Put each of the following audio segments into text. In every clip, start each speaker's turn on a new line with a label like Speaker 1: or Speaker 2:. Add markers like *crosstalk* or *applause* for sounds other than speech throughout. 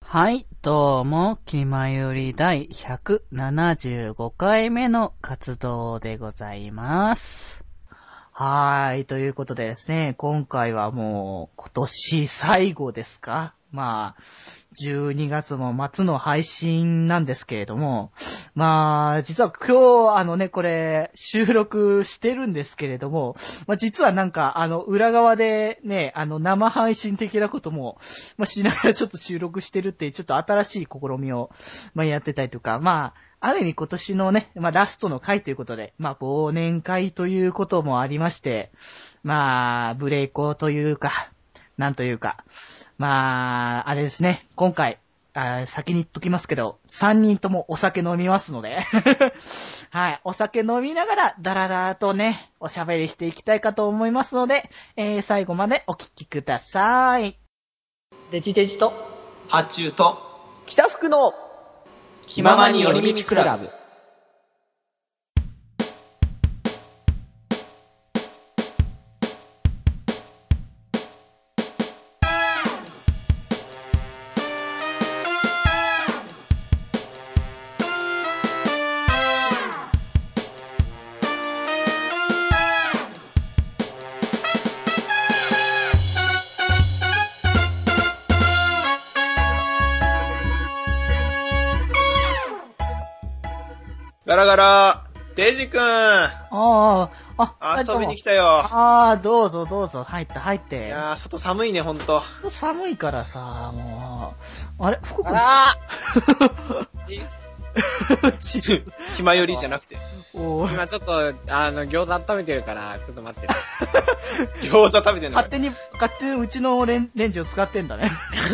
Speaker 1: はい、どうも、気まより第175回目の活動でございます。はーい、ということでですね、今回はもう今年最後ですかまあ、12月も末の配信なんですけれども、まあ、実は今日、あのね、これ、収録してるんですけれども、まあ実はなんか、あの、裏側でね、あの、生配信的なことも、まあしながらちょっと収録してるっていう、ちょっと新しい試みを、まあやってたりとか、まあ、ある意味今年のね、まあラストの回ということで、まあ忘年会ということもありまして、まあ、ブレイコーというか、なんというか、まあ、あれですね、今回、あー先に言っときますけど、3人ともお酒飲みますので、 *laughs* はい、お酒飲みながら、ダラダラとね、おしゃべりしていきたいかと思いますので、えー最後までお聞きください。デジデジと、
Speaker 2: 発注と
Speaker 1: 北福の、
Speaker 2: 気ままに寄り道クラブ。ガラガラデジ君
Speaker 1: ああ、あ、
Speaker 2: 遊びに来
Speaker 1: た。
Speaker 2: たよ。
Speaker 1: ああ、どうぞどうぞ、入って入っ
Speaker 2: い
Speaker 1: て。
Speaker 2: やー、外寒いね、ほん *laughs* と。
Speaker 1: ちょっと寒いからさ、もう、あれ、福君、
Speaker 2: ちる。ひまよりじゃなくて。
Speaker 1: *laughs* おー
Speaker 3: 今ちょっと、あの、餃子温めてるから、ちょっと待ってね。 *laughs*
Speaker 2: 餃子食べてんの
Speaker 1: 勝手に、勝手にうちのレンレンジを使ってんだね。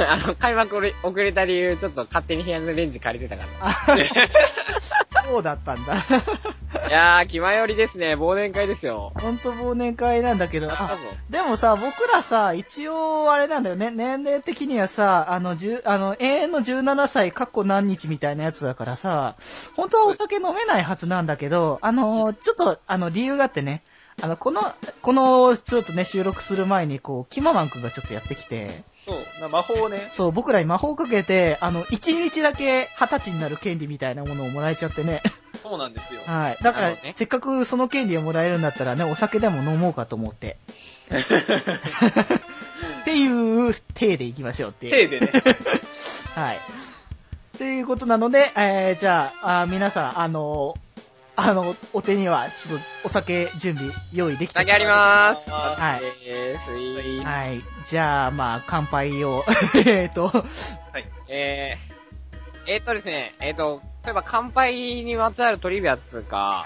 Speaker 3: あの、開幕俺遅れた理由、ちょっと勝手に部屋のレンジ借りてたか
Speaker 1: *laughs* そうだったんだ。
Speaker 3: ら。いやー、気前よりですね。忘年会ですよ。
Speaker 1: ほんと忘年会なんだけど、
Speaker 3: 多
Speaker 1: あ、
Speaker 3: 分
Speaker 1: でもさ、僕らさ、一応、あれなんだよね、年齢的にはさ、あの、十、あの、永遠の17歳、過去何日みたいなやつだからさ、本当はお酒飲めないはずなんだけど、あの、ちょっと、あの、理由があってね、あの、この、この、ちょっとね、収録する前に、こう、キママンくんがちょっとやってきて、
Speaker 2: そう、な魔法をね。
Speaker 1: そう、僕らに魔法をかけて、あの、一日だけ二十歳になる権利みたいなものをもらえちゃってね。
Speaker 2: そうなんですよ。
Speaker 1: はい。だか
Speaker 3: な
Speaker 1: ら、
Speaker 3: るほどね
Speaker 1: せっかくその権利をもらえるんだったらね、お酒でも飲もうかと思って。っていう、体でいきましょうっていう。
Speaker 2: 手で *laughs* ね。
Speaker 1: はい。っていうことなので、えー、じゃあ、あー皆さん、あのあの、お手には、ちょっとお酒準備用意できて
Speaker 3: 酒ありまーす。
Speaker 1: はい
Speaker 3: えー、スイー
Speaker 1: はい。じゃあ、まあ、乾杯を、 *laughs* えーと、
Speaker 3: えー、えーっとですね、えーっと、そういえば乾杯にまつわるトリビアっつうか、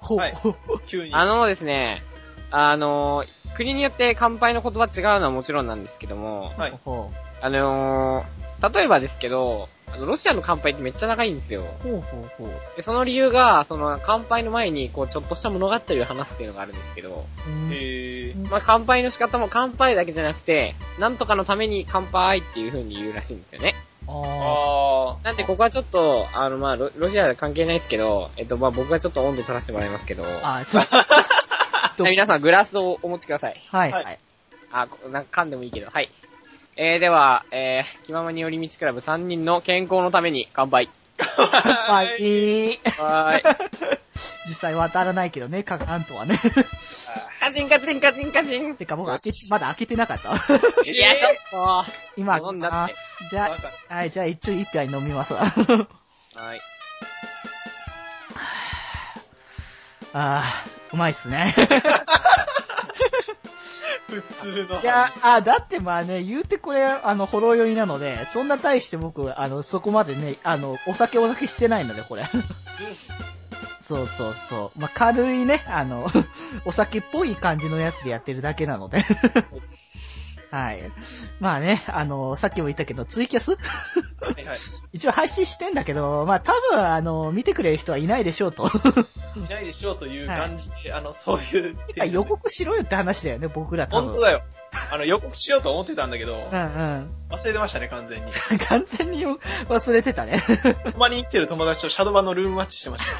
Speaker 1: ほ、
Speaker 2: はい
Speaker 1: ほ、
Speaker 2: 急に。
Speaker 3: あのですね、あの、国によって乾杯の言葉違うのはもちろんなんですけども、
Speaker 2: はい
Speaker 1: ほ、
Speaker 3: あのー、例えばですけど、あのロシアの乾杯ってめっちゃ長いんですよ。
Speaker 1: ほうほうほう。
Speaker 3: で、その理由が、その、乾杯の前に、こう、ちょっとした物語を話すっていうのがあるんですけど、
Speaker 1: うん
Speaker 2: えー、
Speaker 3: まあ、乾杯の仕方も乾杯だけじゃなくて、なんとかのために乾杯っていう風に言うらしいんですよね。
Speaker 1: あ
Speaker 2: あ
Speaker 3: なんで、ここはちょっと、あの、まあロ、ロシアは関係ないですけど、えっと、まあ、僕がちょっと温度取らせてもらいますけど、。
Speaker 1: ーあー、ちょっと
Speaker 3: 皆さんグラスをお持ちください。
Speaker 1: はい、
Speaker 2: はい
Speaker 1: はい。
Speaker 3: あ、こなんか噛んでもいいけど、はい。えー、では、えー、気ままに寄り道クラブ3人の健康のために乾杯。
Speaker 2: ー。
Speaker 1: はい。実
Speaker 3: はーい。
Speaker 1: 際は当たらないけどね、かかんとはね。 *laughs*
Speaker 3: カチンカチンカチンカチン。
Speaker 1: てか僕
Speaker 3: よ
Speaker 1: 開け
Speaker 3: し、
Speaker 1: まだ開けてなかった。
Speaker 3: いや、ちょっ
Speaker 1: 今開けます。じ
Speaker 2: えー
Speaker 1: ゃ
Speaker 2: わかん
Speaker 1: あ、はい、じゃあ一応一杯飲みます。あ
Speaker 3: と。はい。
Speaker 1: *laughs* あ、うまいっすね。
Speaker 2: *laughs* 普通の。
Speaker 1: いや、あだってまあね、言うてこれ、あの、ほろ酔いなので、そんな大して僕、あの、そこまでね、あの、お酒お酒してないので、これ。そうそうそう。まあ、軽いね、あの、 *laughs* お酒っぽい感じのやつでやってるだけなので。 *laughs* はい。まあね、あの、さっきも言ったけど、ツイキャス
Speaker 2: はいはい。
Speaker 1: 一応配信してんだけど、まあ多分、あの、見てくれる人はいないでしょう
Speaker 2: *laughs*
Speaker 1: と。
Speaker 2: いないでしょうという感じで、あの、そういう。
Speaker 1: てか予告しろよって話だよね、僕ら多分。
Speaker 2: 本当だよ。あの、予告しようと思ってたんだけど、
Speaker 1: うんうん。 *laughs*
Speaker 2: 忘れてましたね、完全に。 *laughs*
Speaker 1: 完全に忘れてたね。
Speaker 2: たまに生きてる友達とシャドバのルームマッチしてました。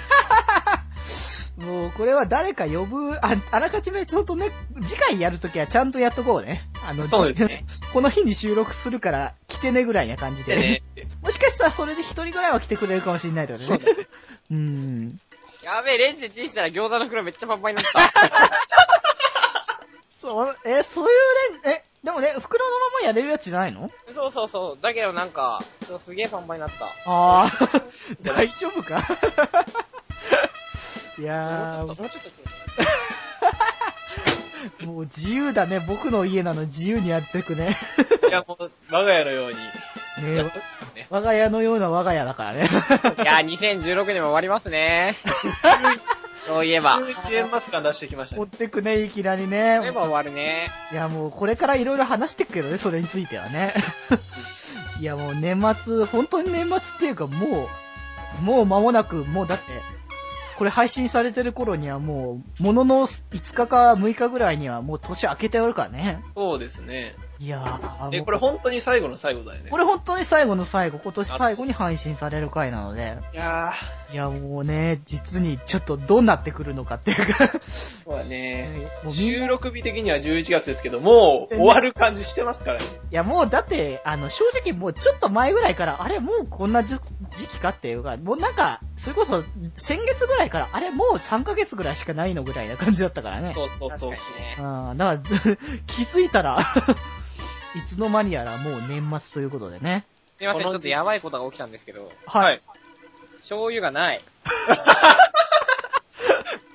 Speaker 1: もう、これは誰か呼ぶ、あ、あらかじめちょっと *laughs* ね、次回やるときはちゃんとやっとこうね。あの、
Speaker 2: そうですね
Speaker 1: この日に収録するから、きてねぐらいな感じ
Speaker 2: で
Speaker 1: で。
Speaker 2: ね。
Speaker 1: もしかしたらそれで一人ぐらいは来てくれるかもしれないってことね。うん。
Speaker 3: やべえ、レンジチンしたら餃子の袋めっちゃパンパンになった。
Speaker 1: そう、え、そういうね、え、でもね、袋のままやれるやつじゃないの
Speaker 3: *laughs* そうそうそう。だけどなんか、そうすげえパンパンになった。
Speaker 1: ああ、 *laughs* 大丈夫かいや
Speaker 3: もうちょっと、もうちょっとチンし
Speaker 1: ー、もう自由だね。僕の家なの自由にやってくね。
Speaker 2: いや、もう、我が家のように。
Speaker 1: ね我が家のような我が家だからね。
Speaker 3: いやー、2016年も終わります *laughs* ね。そういえば。そ
Speaker 2: 急に年末感出してきました
Speaker 1: 持っ
Speaker 2: ね。
Speaker 1: てくね、いきなり
Speaker 3: ういえ
Speaker 1: ね。
Speaker 3: ば終わるね。
Speaker 1: いや、もうこれからいろいろ話してくけどね、それについてはね。いや、もう年末、本当に年末っていうかもう、もう間もなく、もうだって、これ配信されてる頃にはもう、ものの5日か6日ぐらいにはもう年明けておるからね。
Speaker 2: そうですね。
Speaker 1: いやー、
Speaker 2: え、
Speaker 1: もう
Speaker 2: これ本当に最後の最後だよね
Speaker 1: こ。れ本当に最後の最後、今年最後に配信される回なので、
Speaker 2: いや
Speaker 1: いやもうね、実にちょっとどうなってくるのかっていうか、 *laughs*
Speaker 2: ー、そうだ
Speaker 1: も
Speaker 2: ね。
Speaker 1: うみんな
Speaker 2: 収録日的には11月ですけど、もう終わる感じしてますからね。
Speaker 1: いや、もうだって、あの、正直もうちょっと前ぐらいから、あれもうこんなじ時期かっていうか、もうなんか、それこそ先月ぐらいから、あれもう3ヶ月ぐらいしかないのぐらいな感じだったからね。
Speaker 2: そうそうそう。
Speaker 3: 確かにね
Speaker 1: うん、だから、 *laughs* 気づいたら、 *laughs* いつの間にやらもう年末ということでね。
Speaker 3: すいません、ち
Speaker 2: こ
Speaker 3: ょ
Speaker 2: の
Speaker 3: っとやばいことが起きたんですけど、
Speaker 2: はい。
Speaker 3: 醤油がない。
Speaker 2: ちょ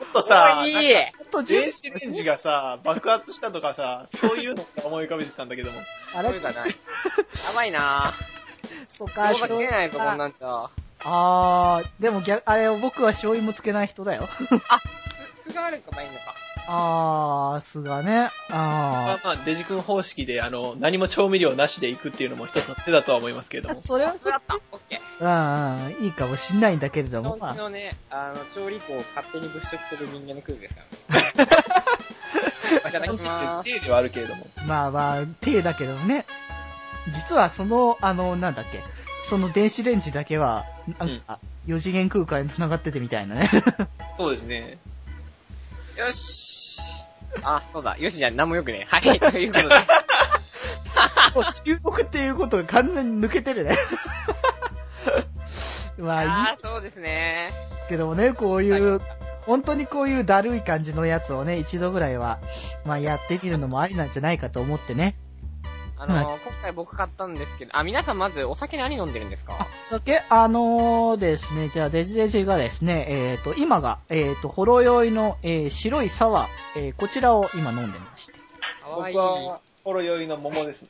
Speaker 2: っとさ、
Speaker 3: おい
Speaker 2: なんか
Speaker 1: ちょっと
Speaker 2: 電子レンジがさ、爆発したとかさ、そういうのを思い浮かべてたんだけども。
Speaker 1: あ
Speaker 3: 醤
Speaker 1: れ
Speaker 3: 油が *laughs* ない。やばいな
Speaker 1: そ
Speaker 3: ぁ。
Speaker 1: か、
Speaker 3: 餃子食えないぞ、こんなんじゃ。
Speaker 1: あー、でも逆、あれ、僕は醤油もつけない人だよ。
Speaker 3: す、すがあるかばいいのか。
Speaker 1: あー、すがね。あー
Speaker 2: ま。あまあ、デジ君方式で、あの、何も調味料なしで行くっていうのも一つの手だとは思いますけれども。
Speaker 1: それは
Speaker 3: そ
Speaker 1: そうれ
Speaker 3: だった。オッケー。
Speaker 1: うんうん、いいかもしんないんだけれど
Speaker 3: 人
Speaker 1: も。
Speaker 3: ん
Speaker 1: ま
Speaker 3: ち
Speaker 1: あ
Speaker 3: のね、あの、調理法を勝手に物色する人間のクズですからね。いただきまーす。
Speaker 2: 手ではあるけれども。
Speaker 1: まあまあ、手だけどね。実はその、あの、なんだっけ。その電子レンジだけは、なんか、4次元空間に繋がっててみたいな *laughs* ね。
Speaker 2: そうですね。
Speaker 3: よしあ、そうだ。よしじゃん、なんもよくね。はい、ということで。
Speaker 1: もう注目っていうことが完全に抜けてる *laughs* ね。まあいい
Speaker 3: あ
Speaker 1: で
Speaker 3: ー、そうですね。
Speaker 1: すけどもね、こう
Speaker 3: あり
Speaker 1: い
Speaker 3: ま
Speaker 1: う
Speaker 3: し、た
Speaker 1: 本当にこういうだるい感じのやつをね、一度ぐらいは、まあやってみるのもありなんじゃないかと思ってね。
Speaker 3: あのー、今回僕買ったんですけど、あ、皆さんまずお酒何飲んでるんですか
Speaker 1: 酒、あのー、ですね、じゃあ、デジデジがですね、えっ、と、今が、えっ、と、ほろ酔いの、えー白いサワー、えーこちらを今飲んでまして。
Speaker 3: かわいい
Speaker 2: 僕。は、ほろ酔いの桃です。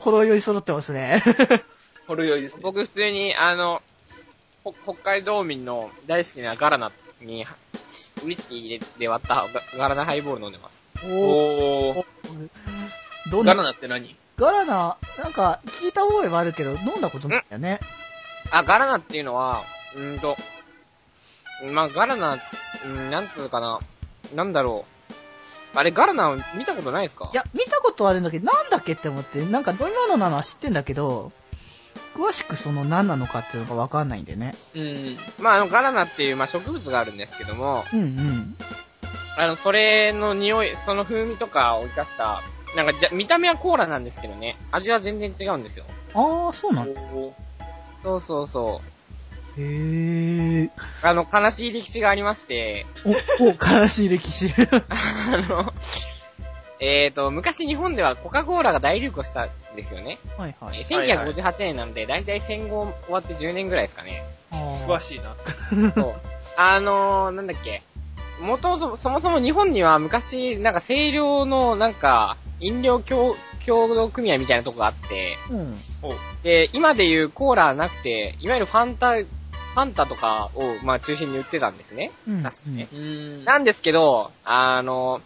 Speaker 1: ほろ酔い揃ってます *laughs* ね。
Speaker 2: ほろ酔いですね。
Speaker 3: 僕普通に、あの、ほ北海道民の大好きなガラナに、ウイスキーで割ったガガラナハイボール飲んでます。
Speaker 1: おー
Speaker 2: おー。
Speaker 1: どん
Speaker 2: ガ
Speaker 1: な
Speaker 2: ラナって何
Speaker 1: ガラナ、なんか、聞いた覚えはあるけど、飲んだことないんだよね。
Speaker 3: あ、ガラナっていうのは、うーんと、まあ、ガラナ、うん、なんつうかな、なんだろう。あれ、ガラナ見たことないですか
Speaker 1: いや、見たことはあるんだけど、なんだっけって思って、なんか、どんなのなのは知ってんだけど、詳しくその何なのかっていうのがわかんないんでね。
Speaker 2: うん。
Speaker 3: まあ、あの、ガラナっていう、まあ、植物があるんですけども、
Speaker 1: うんうん。
Speaker 3: あの、それの匂い、その風味とかを生かした、なんか、じゃ、見た目はコーラなんですけどね、味は全然違うんですよ。
Speaker 1: あー、そうなんだ。
Speaker 2: おー
Speaker 3: そうそうそう。
Speaker 1: へー。
Speaker 3: あの、悲しい歴史がありまして、 *laughs*
Speaker 1: お、お、悲しい歴 *laughs* 史。
Speaker 3: あの、えーと、昔日本ではコカ・コーラが大流行したんですよね。
Speaker 1: はいは
Speaker 3: え
Speaker 1: い。
Speaker 2: はいはい
Speaker 3: ー1958年なので、だいたい戦後終わって10年ぐらいですかね。
Speaker 1: あー
Speaker 2: 詳しいな。
Speaker 1: *laughs*
Speaker 3: そう。あのー、なんだっけ。元々、そもそも日本には昔、なんか清涼の、なんか、飲料協協同組合みたいなとこがあって、
Speaker 1: うん。
Speaker 2: おう
Speaker 3: で、今でいうコーラはなくて、いわゆるファンタ、ファンタとかを、まあ中心に売ってたんですね。
Speaker 1: うん
Speaker 3: 確かね。
Speaker 2: うん。
Speaker 3: なんですけど、あの、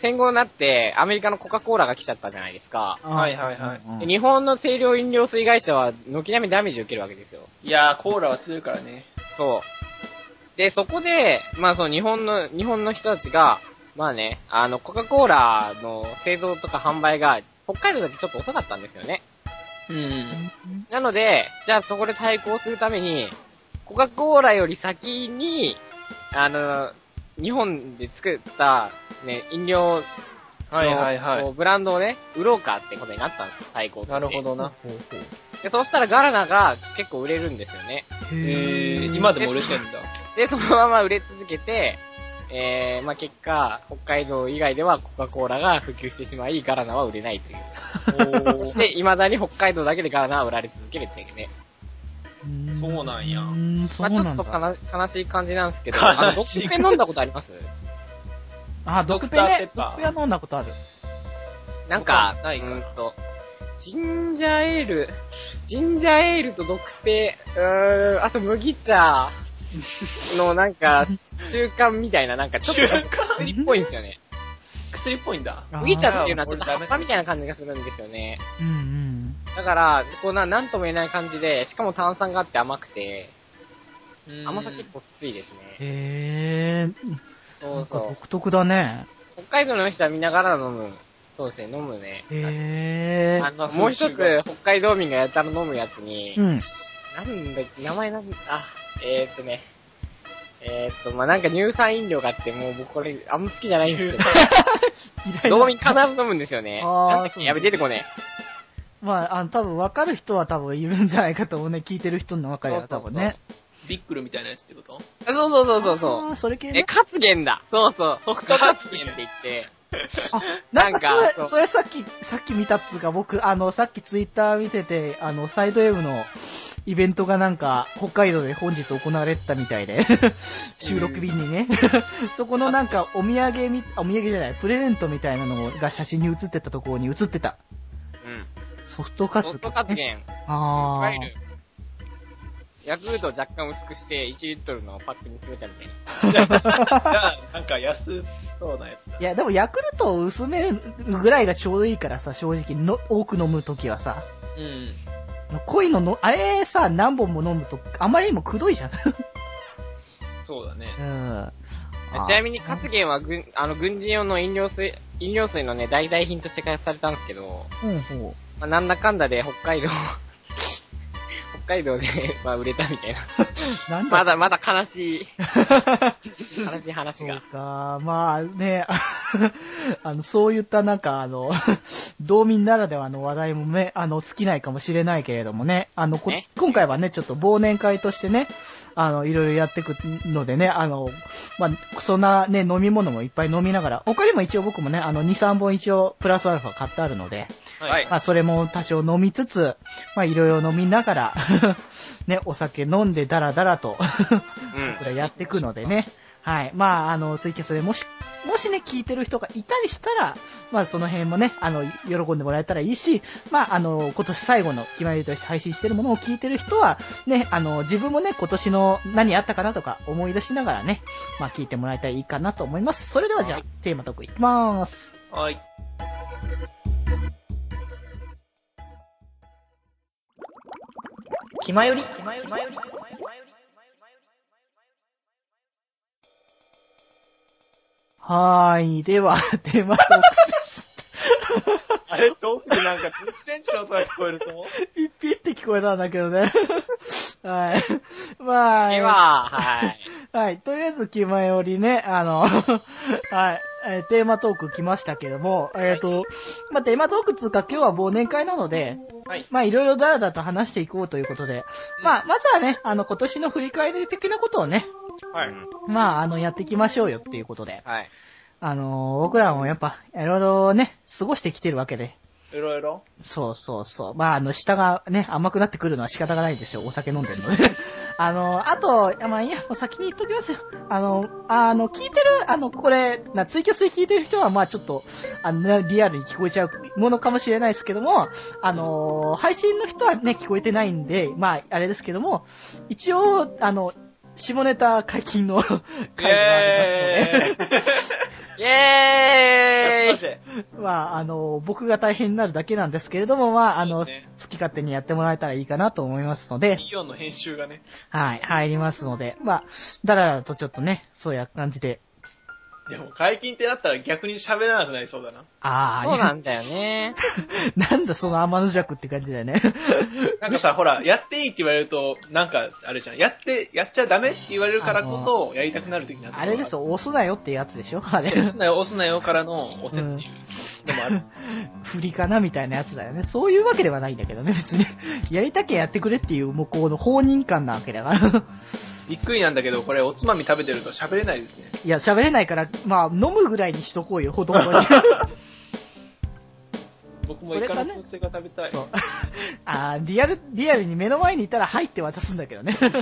Speaker 3: 戦後になってアメリカのコカ・コーラが来ちゃったじゃないですか。
Speaker 2: はいはいはい
Speaker 1: うん
Speaker 3: で日本の清涼飲料水会社は軒並みダメージを受けるわけですよ。
Speaker 2: いやー、コーラは強いからね。
Speaker 3: そう。で、そこで、まあその日本の、日本の人たちが、まあね、あの、コカ・コーラの製造とか販売が、北海道だけちょっと遅かったんですよね。
Speaker 2: うん
Speaker 3: なので、じゃあそこで対抗するために、コカ・コーラより先に、あの、日本で作った、ね、飲料
Speaker 2: はいはいは
Speaker 3: こう
Speaker 2: い。
Speaker 3: ブランドをね、売ろうかってことになったんですよ、対抗として。
Speaker 2: なるほどな。
Speaker 1: ほうほう
Speaker 3: で、そうしたらガラナが結構売れるんですよね。
Speaker 1: へ
Speaker 2: え
Speaker 1: ー
Speaker 2: ー、今でも売れてんだ。
Speaker 3: で、そのまま売れ続けて、えー、まあ結果、北海道以外ではコカ・コーラが普及してしまい、ガラナは売れないという。
Speaker 2: お
Speaker 3: そ
Speaker 2: ー
Speaker 3: して、未だに北海道だけでガラナは売られ続けるっていうね。
Speaker 2: そうなんや
Speaker 1: うーん、そ
Speaker 3: ま
Speaker 1: う
Speaker 3: あちょ
Speaker 1: な
Speaker 3: っ
Speaker 1: ん
Speaker 3: とか
Speaker 1: だ。
Speaker 3: な悲しい感じなんですけど、
Speaker 2: 悲しい
Speaker 3: あの、ドッペン飲んだことあります
Speaker 1: あ、
Speaker 2: ド
Speaker 1: 毒
Speaker 2: ク
Speaker 1: ペ
Speaker 2: ター
Speaker 1: ね。
Speaker 2: ペッパー
Speaker 1: 毒ペは飲んだことある。
Speaker 3: なんか、
Speaker 2: 僕はないうかな
Speaker 3: ーんと、ジンジャーエール、ジンジャーエールとドクペ、うーん、あと麦茶のなん
Speaker 2: *laughs*
Speaker 3: か、中間みたいな、なんかちょっ
Speaker 2: 中
Speaker 3: と
Speaker 2: 華
Speaker 3: 薬っぽいんですよね。
Speaker 2: 薬っぽいんだ。
Speaker 3: 麦茶っていうのはちょっと
Speaker 2: あー
Speaker 3: 葉っぱみたいな感じがするんですよね。
Speaker 1: うんうん。
Speaker 3: だから、こうな、なんとも言えない感じで、しかも炭酸があって甘くて、甘さ結構きついですね。
Speaker 1: へえ、
Speaker 3: そ
Speaker 1: なん
Speaker 3: う
Speaker 1: か
Speaker 3: そう。
Speaker 1: 独特だね。
Speaker 3: 北海道の人はみんながら飲む。そうですね、飲むね。確
Speaker 1: へえ
Speaker 3: か。あの、もう一つ、北海道民がやたら飲むやつに、
Speaker 1: うん。
Speaker 3: なんだ、名前なんだ、あ、えー、っとね。えー、っと、まあ、なんか乳酸飲料があって、もう僕これ、あんま好きじゃないんですけ
Speaker 1: 嫌い
Speaker 3: ど、道
Speaker 1: な
Speaker 3: 民必ず飲むんですよね。
Speaker 1: あー
Speaker 3: なんだっけ
Speaker 1: そう
Speaker 3: やべ、出てこね
Speaker 1: まあ、あの、多分分かる人は多分いるんじゃないかと思うね。聞いてる人の中では多分ね。
Speaker 2: ビックルみたいなやつってこと
Speaker 3: え。そうそうそうそうそう。
Speaker 1: あーそれ系
Speaker 3: え、
Speaker 1: ね。
Speaker 3: カツゲンだそうそう、ソフトカツゲンって言って、
Speaker 1: あ、
Speaker 3: *laughs*
Speaker 1: なんか
Speaker 3: なんか
Speaker 1: そ
Speaker 3: そう
Speaker 1: れ、それさっき、さっき見たっつうか、僕、あの、さっきツイッター見てて、あの、サイドウェブのイベントがなんか、北海道で本日行われてたみたいで、 *laughs* 収録日にね。 *laughs* そこのなんか、お土産み、お土産じゃない、プレゼントみたいなのが写真に写ってたところに写ってた。
Speaker 3: うん。
Speaker 1: ソフトカ
Speaker 3: ソ
Speaker 1: ツ
Speaker 3: フトカツゲン。い
Speaker 1: あ
Speaker 3: わゆる
Speaker 1: ー。、
Speaker 3: ヤクルトを若干薄くして1リットルのパックに詰めたみたいな。
Speaker 2: じゃあ、なんか安そうなやつだ
Speaker 1: い。や、でもヤクルトを薄めるぐらいがちょうどいいからさ、正直の、多く飲むときはさ。
Speaker 2: うん。
Speaker 1: 濃いのの、あれさ、何本も飲むと、あまりにもくどいじゃん。
Speaker 2: そうだね。
Speaker 1: うん。
Speaker 3: ちなみに、カツゲンは軍、あの、軍人用の飲料水、飲料水のね、代替品として開発されたんですけど、
Speaker 1: うん、ほ
Speaker 3: まあ、なんだかんだで北海道、 *laughs* 北海道で、まあ、売れたみたい
Speaker 1: *laughs*
Speaker 3: な。
Speaker 1: う。なん
Speaker 3: ま
Speaker 1: だ、
Speaker 3: だまだ
Speaker 1: *laughs*
Speaker 3: 悲しい、悲しい話
Speaker 1: そう
Speaker 3: が。
Speaker 1: か、まあね、 *laughs* あの、そういったなんか、あの、 *laughs* 道民ならではの話題もね、あの、尽きないかもしれないけれどもね、あの、こ
Speaker 3: ね
Speaker 1: 今回はね、ちょっと忘年会としてね、あの、いろいろやっていくのでね、あの、まあ、そんなね、飲み物もいっぱい飲みながら、他にも一応僕もね、あの、2、3本一応、プラスアルファ買ってあるので、
Speaker 2: はい。
Speaker 1: まあ、それも多少飲みつつ、まあ、いろいろ飲みながら、 *laughs* ね、お酒飲んでダラダラと、
Speaker 3: うん
Speaker 1: 僕。らやっていくのでね。はい。まあ、あの、ツイキャスでもし、もしね、聞いてる人がいたりしたら、まあ、その辺もね、あの、喜んでもらえたらいいし、まあ、あの、今年最後の決まりとして配信してるものを聞いてる人は、ね、あの、自分もね、今年の何あったかなとか思い出しながらね、まあ、聞いてもらえたらいいかなと思います。それではじゃあ、
Speaker 3: はい
Speaker 1: テーマトークいきまーす。
Speaker 2: はい。
Speaker 1: 気まより。はーい。では、 *laughs* テーマトークです。
Speaker 2: あ *laughs* れ、遠くでなんか、電子レンジの音が聞こえると
Speaker 1: ピッピッって聞こえたんだけどね。 *laughs* はい。まあ、
Speaker 3: では、
Speaker 1: *laughs*
Speaker 3: はい。
Speaker 1: はい。とりあえず、気前よりね、あの、 *laughs* はい。えーテーマトーク来ましたけども、えっ、と、まあ、テーマトークつうか今日は忘年会なので、
Speaker 2: はい。
Speaker 1: まあ、いろいろだらだらと話していこうということで、まあ、まずはね、あの、今年の振り返り的なことをね、
Speaker 2: は
Speaker 3: う
Speaker 2: い。
Speaker 3: ん
Speaker 1: まあ、あの、やっていきましょうよっていうことで、
Speaker 3: はい。
Speaker 1: あの、僕らもやっぱ、いろいろね、過ごしてきてるわけで、
Speaker 2: いろいろ。
Speaker 1: そうそうそう。まあ、あの、舌がね、甘くなってくるのは仕方がないんですよ。お酒飲んでるので。あの、あと、いやまあ、いいや、もう先に言っときますよ。あの、あの、聞いてる、あの、これ、な、ツイキャスで聞いてる人は、まあ、ちょっと、あの、なリアルに聞こえちゃうものかもしれないですけども、あの、配信の人はね、聞こえてないんで、まあ、あれですけども、一応、あの、下ネタ解禁の *laughs* 回がありますので、
Speaker 3: イェーイ
Speaker 2: え
Speaker 1: まあ、あの、僕が大変になるだけなんですけれども、まあ、あの、
Speaker 2: そうですね
Speaker 1: 好き勝手にやってもらえたらいいかなと思いますので、
Speaker 2: イオンの編集がね。
Speaker 1: はい、入りますので、まあ、だらだらとちょっとね、そういう感じで、
Speaker 2: でも解禁ってなったら逆に喋らなくなりそうだな。
Speaker 1: ああ、
Speaker 3: そうなんだよね。
Speaker 1: *laughs* なんだその天の弱って感じだよね。
Speaker 2: なんかさ、ほら、やっていいって言われると、なんか、あれじゃん。やって、やっちゃダメって言われるからこそ、やりたくなる的なとこ
Speaker 1: あ
Speaker 2: ろが
Speaker 1: れですよ、押すなよってやつでしょあれ。
Speaker 2: 押すなよ、押すなよからの押せっていう。のもある。
Speaker 1: 振りかなみたいなやつだよね。そういうわけではないんだけどね、別に。 *laughs* やりたきゃやってくれっていう、もうこの放任感なわけだから。 *laughs*
Speaker 2: びっくりなんだけど、これおつまみ食べてると喋れないですね。
Speaker 1: いや、喋れないから、まあ、飲むぐらいにしとこうよ、ほとんどに。
Speaker 2: 僕も
Speaker 1: そ
Speaker 2: イ
Speaker 1: れ
Speaker 2: カ
Speaker 1: かね
Speaker 2: の燻製が食べたい。
Speaker 1: そ。
Speaker 2: そう
Speaker 1: *laughs* あーリアル、リアルに目の前にいたら入って渡すんだけ
Speaker 2: *laughs*
Speaker 1: どね。
Speaker 2: うだね。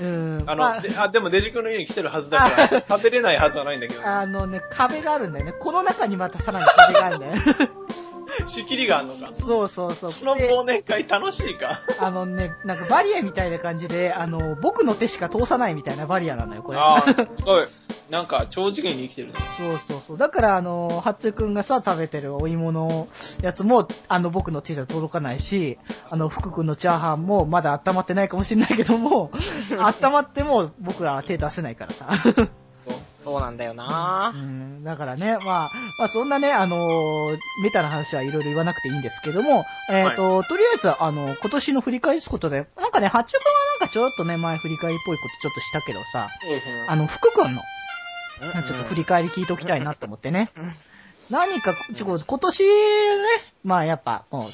Speaker 1: うん。
Speaker 2: あの、
Speaker 1: まあ
Speaker 2: であ、でもデジ君の家に来てるはずだから、食べれないはずはないんだけど、
Speaker 1: あのね、壁があるんだよね。この中にまたさらに壁があるん
Speaker 2: *laughs*
Speaker 1: だよね。
Speaker 2: 仕切りがあるのか。
Speaker 1: そうそうそう。
Speaker 2: その
Speaker 1: で
Speaker 2: 忘年会楽しいか。
Speaker 1: あのね、なんかバリアみたいな感じで、あの、僕の手しか通さないみたいなバリアなのよ、これ。
Speaker 2: ああ、すごい。なんか、長次元に生きてるな。
Speaker 1: *laughs* そうそうそう。だから、あの、ハッチュくんがさ、食べてるお芋のやつも、あの、僕の手じゃ届かないし、あの、福くんのチャーハンもまだ温まってないかもしれないけども、
Speaker 2: *laughs*
Speaker 1: 温まっても僕らは手出せないからさ。
Speaker 3: そうなんだよ
Speaker 1: う
Speaker 3: なぁ。
Speaker 1: ん、だからね、まあ、まあ、そんなね、あの、メタな話はいろいろ言わなくていいんですけども、えっ、と、とりあえず、あの、今年の振り返すことで、なんかね、ハッチュくんはなんかちょっとね、前振り返りっぽいことちょっとしたけどさ、
Speaker 2: そうですね
Speaker 1: あの、福くんの、
Speaker 3: うん
Speaker 1: ちょっと振り返り聞いておきたいなと思ってね
Speaker 3: うん。
Speaker 1: 何か、ちょ、今年ね、まあやっぱ、もう、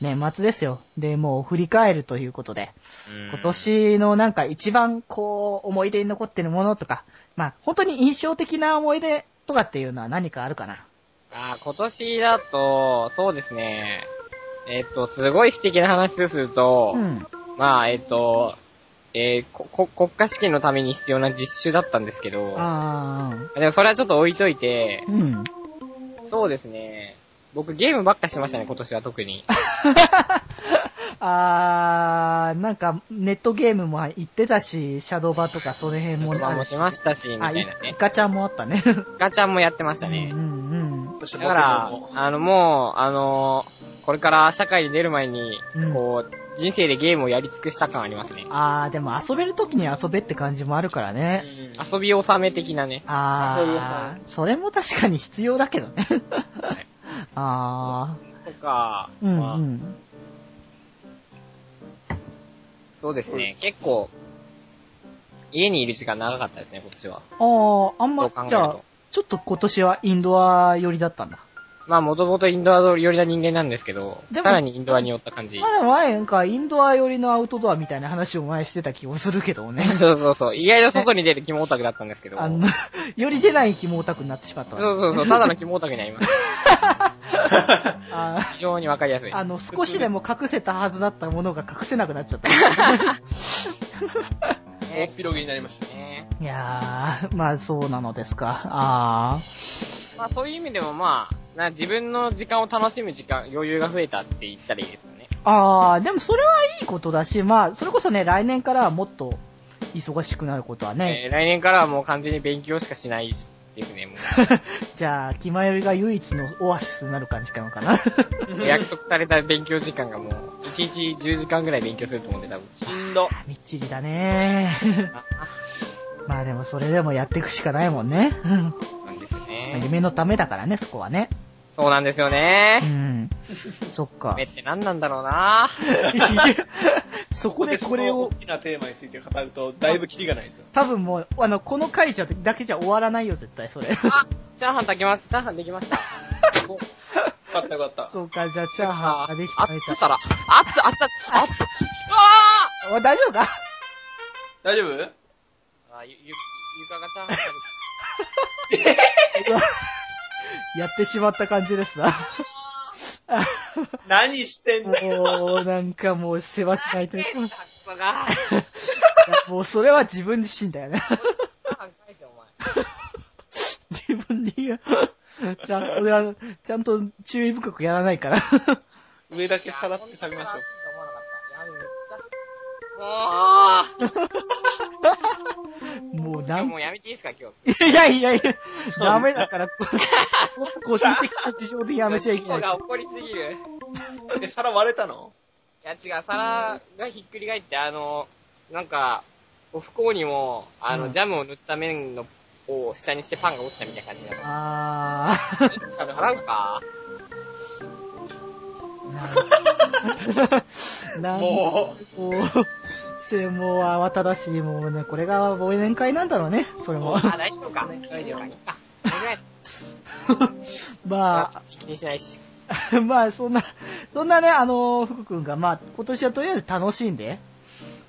Speaker 1: 年末ですよ。で、もう振り返るということで、
Speaker 3: うん
Speaker 1: 今年のなんか一番こう、思い出に残ってるものとか、まあ本当に印象的な思い出とかっていうのは何かあるかな。
Speaker 3: あー今年だと、そうですね。えっと、すごい私的な話をすると、
Speaker 1: うん。
Speaker 3: まあ、えっと、えーここ国家試験のために必要な実習だったんですけど、
Speaker 1: ああ、
Speaker 3: でもそれはちょっと置いといて、
Speaker 1: うん。
Speaker 3: そうですね。僕ゲームばっかしてましたね、今年は特に。
Speaker 1: あー、なんかネットゲームも行ってたし、シャドーバとかその辺も
Speaker 3: まあ
Speaker 1: あ
Speaker 3: も
Speaker 1: る
Speaker 3: し
Speaker 1: し。
Speaker 3: ましたし、みた
Speaker 1: あ、
Speaker 3: い
Speaker 1: イ
Speaker 3: なね。
Speaker 1: カちゃんもあったね。
Speaker 3: ガチャンもやってまし
Speaker 1: う
Speaker 3: た
Speaker 1: ん
Speaker 3: ね。
Speaker 1: うんうん。
Speaker 2: そして
Speaker 3: だ
Speaker 2: 僕
Speaker 3: か
Speaker 2: らも、、
Speaker 3: らあのもう、あのこれから社会に出る前に
Speaker 1: うん、
Speaker 3: こう、人生でゲームをやり尽くした感ありますね。
Speaker 1: あー、でも遊べる時に遊べって感じもあるからね。
Speaker 2: うん
Speaker 3: 遊び納め的なね。
Speaker 1: あー、それも確かに必要だけどね。 *laughs* あ
Speaker 3: とか、
Speaker 1: ー、うん
Speaker 3: まあ
Speaker 1: うん。
Speaker 3: そうですね、結構、家にいる時間長かったですね、今年は。
Speaker 1: あー、あん
Speaker 3: そ
Speaker 1: ま
Speaker 3: う考え、る
Speaker 1: じゃあ
Speaker 3: と、。
Speaker 1: ちょっと今年はインドア寄りだったんだ。
Speaker 3: まあ、もともとインドア寄りな人間なんですけど、
Speaker 1: で
Speaker 3: さ
Speaker 1: も
Speaker 3: らにインドアに寄った感じ。。
Speaker 1: まあでも前なんかインドア寄りのアウトドアみたいな話を前してた気もするけどね
Speaker 3: *laughs* そうそうそう。意外と外に出るキモオタクだったんですけど。
Speaker 1: あ
Speaker 3: そう
Speaker 1: の、 *laughs* より出ない気もオタクになってしまったわね。
Speaker 3: そうそう。ただのキモオタクになります。
Speaker 1: あー
Speaker 3: 非常にわかりやすい。
Speaker 1: あの、少しでも隠せたはずだったものが隠せなくなっちゃった。
Speaker 3: *laughs*
Speaker 2: 大広げになりました。
Speaker 3: ね
Speaker 1: いやー、まあそうなのですか。あー。
Speaker 3: まあ、そういう意味でもまあ、な自分の時間を楽しむ時間、余裕が増えたって言ったらいいですよね。
Speaker 1: ああ、でもそれはいいことだし、まあ、それこそね、来年からはもっと忙しくなることはね、
Speaker 3: えー来年からはもう完全に勉強しかしないですね、も
Speaker 1: *laughs* じゃあ、気前よりが唯一のオアシスになる感じかなかな。
Speaker 3: う。約束された勉強時間がもう、1日10時間ぐらい勉強すると思うんで、多分。
Speaker 2: しんど。
Speaker 1: みっちりだ
Speaker 3: *laughs*
Speaker 1: ね。まあでもそれでもやっていくしかないもんね。うん
Speaker 3: なんですよね。
Speaker 1: 夢のためだからね、そこはね。
Speaker 3: そうなんですよね
Speaker 1: う。ん。そっか
Speaker 3: 夢。って何なんだろうな
Speaker 1: *laughs* そこでこれ
Speaker 2: 今年の
Speaker 1: を
Speaker 2: 大、きなテーマについて語ると、だいぶキリがないですよ。
Speaker 1: 多分もう、あの、この回じゃだけじゃ終わらないよ、絶対そ
Speaker 3: *laughs*
Speaker 1: れ。
Speaker 3: あ、チャーハン炊きました。チャーハンできました。お
Speaker 2: よかったよかった。
Speaker 1: そうか、じゃあ、チャーハン
Speaker 3: あ
Speaker 1: ができ
Speaker 3: あ
Speaker 1: たら
Speaker 3: っ
Speaker 1: いい
Speaker 3: つ
Speaker 1: か
Speaker 3: たら、あっつ、あっつ、あっつ、あっつ、
Speaker 1: お大丈夫か *laughs*
Speaker 2: 大丈夫
Speaker 3: あーあ、ゆ、ゆ、床がチャーハン食べて
Speaker 1: やってしまった感じです
Speaker 3: *laughs*
Speaker 1: な。
Speaker 2: 何してんだよ。
Speaker 1: もう、なんかもう、世話しないという
Speaker 3: *laughs*
Speaker 1: かい
Speaker 3: た。クソが。
Speaker 1: やもう、それは自分自身だよね。
Speaker 3: チャーハン書いて、お
Speaker 1: 自
Speaker 3: 前。
Speaker 1: 分で言う。ちゃんとやる、ちゃんと注意深くやらないから。
Speaker 2: 上だけ払って食べましょう。
Speaker 3: も
Speaker 1: もう、
Speaker 3: う、
Speaker 1: ない
Speaker 3: や
Speaker 1: ん、
Speaker 3: もうやめていいですか、今日。
Speaker 1: いやいやいや、ダメだから、こ個人的な事情でやめちゃいけ
Speaker 3: 事故
Speaker 1: ない。
Speaker 3: が起こりすぎる。
Speaker 2: え、皿割れたの
Speaker 3: いや、違う、皿がひっくり返って、あの、なんか、お不幸にも、あの、
Speaker 1: うん
Speaker 3: ジャムを塗った面の、を下にしてパンが落ちたみたいな感じだった。
Speaker 1: あ
Speaker 3: 皿か。
Speaker 1: ー。なんも
Speaker 2: も
Speaker 1: う、こう、せもう慌ただしい、もうね、これが忘年会なんだろうね、それも。
Speaker 3: あ、大丈夫か。大丈夫か。いいか。
Speaker 1: まあ、
Speaker 3: 聞気にしないし。
Speaker 1: *laughs* まあ、そんな、そんなね、あの、福君が、まあ、今年はとりあえず楽しんで、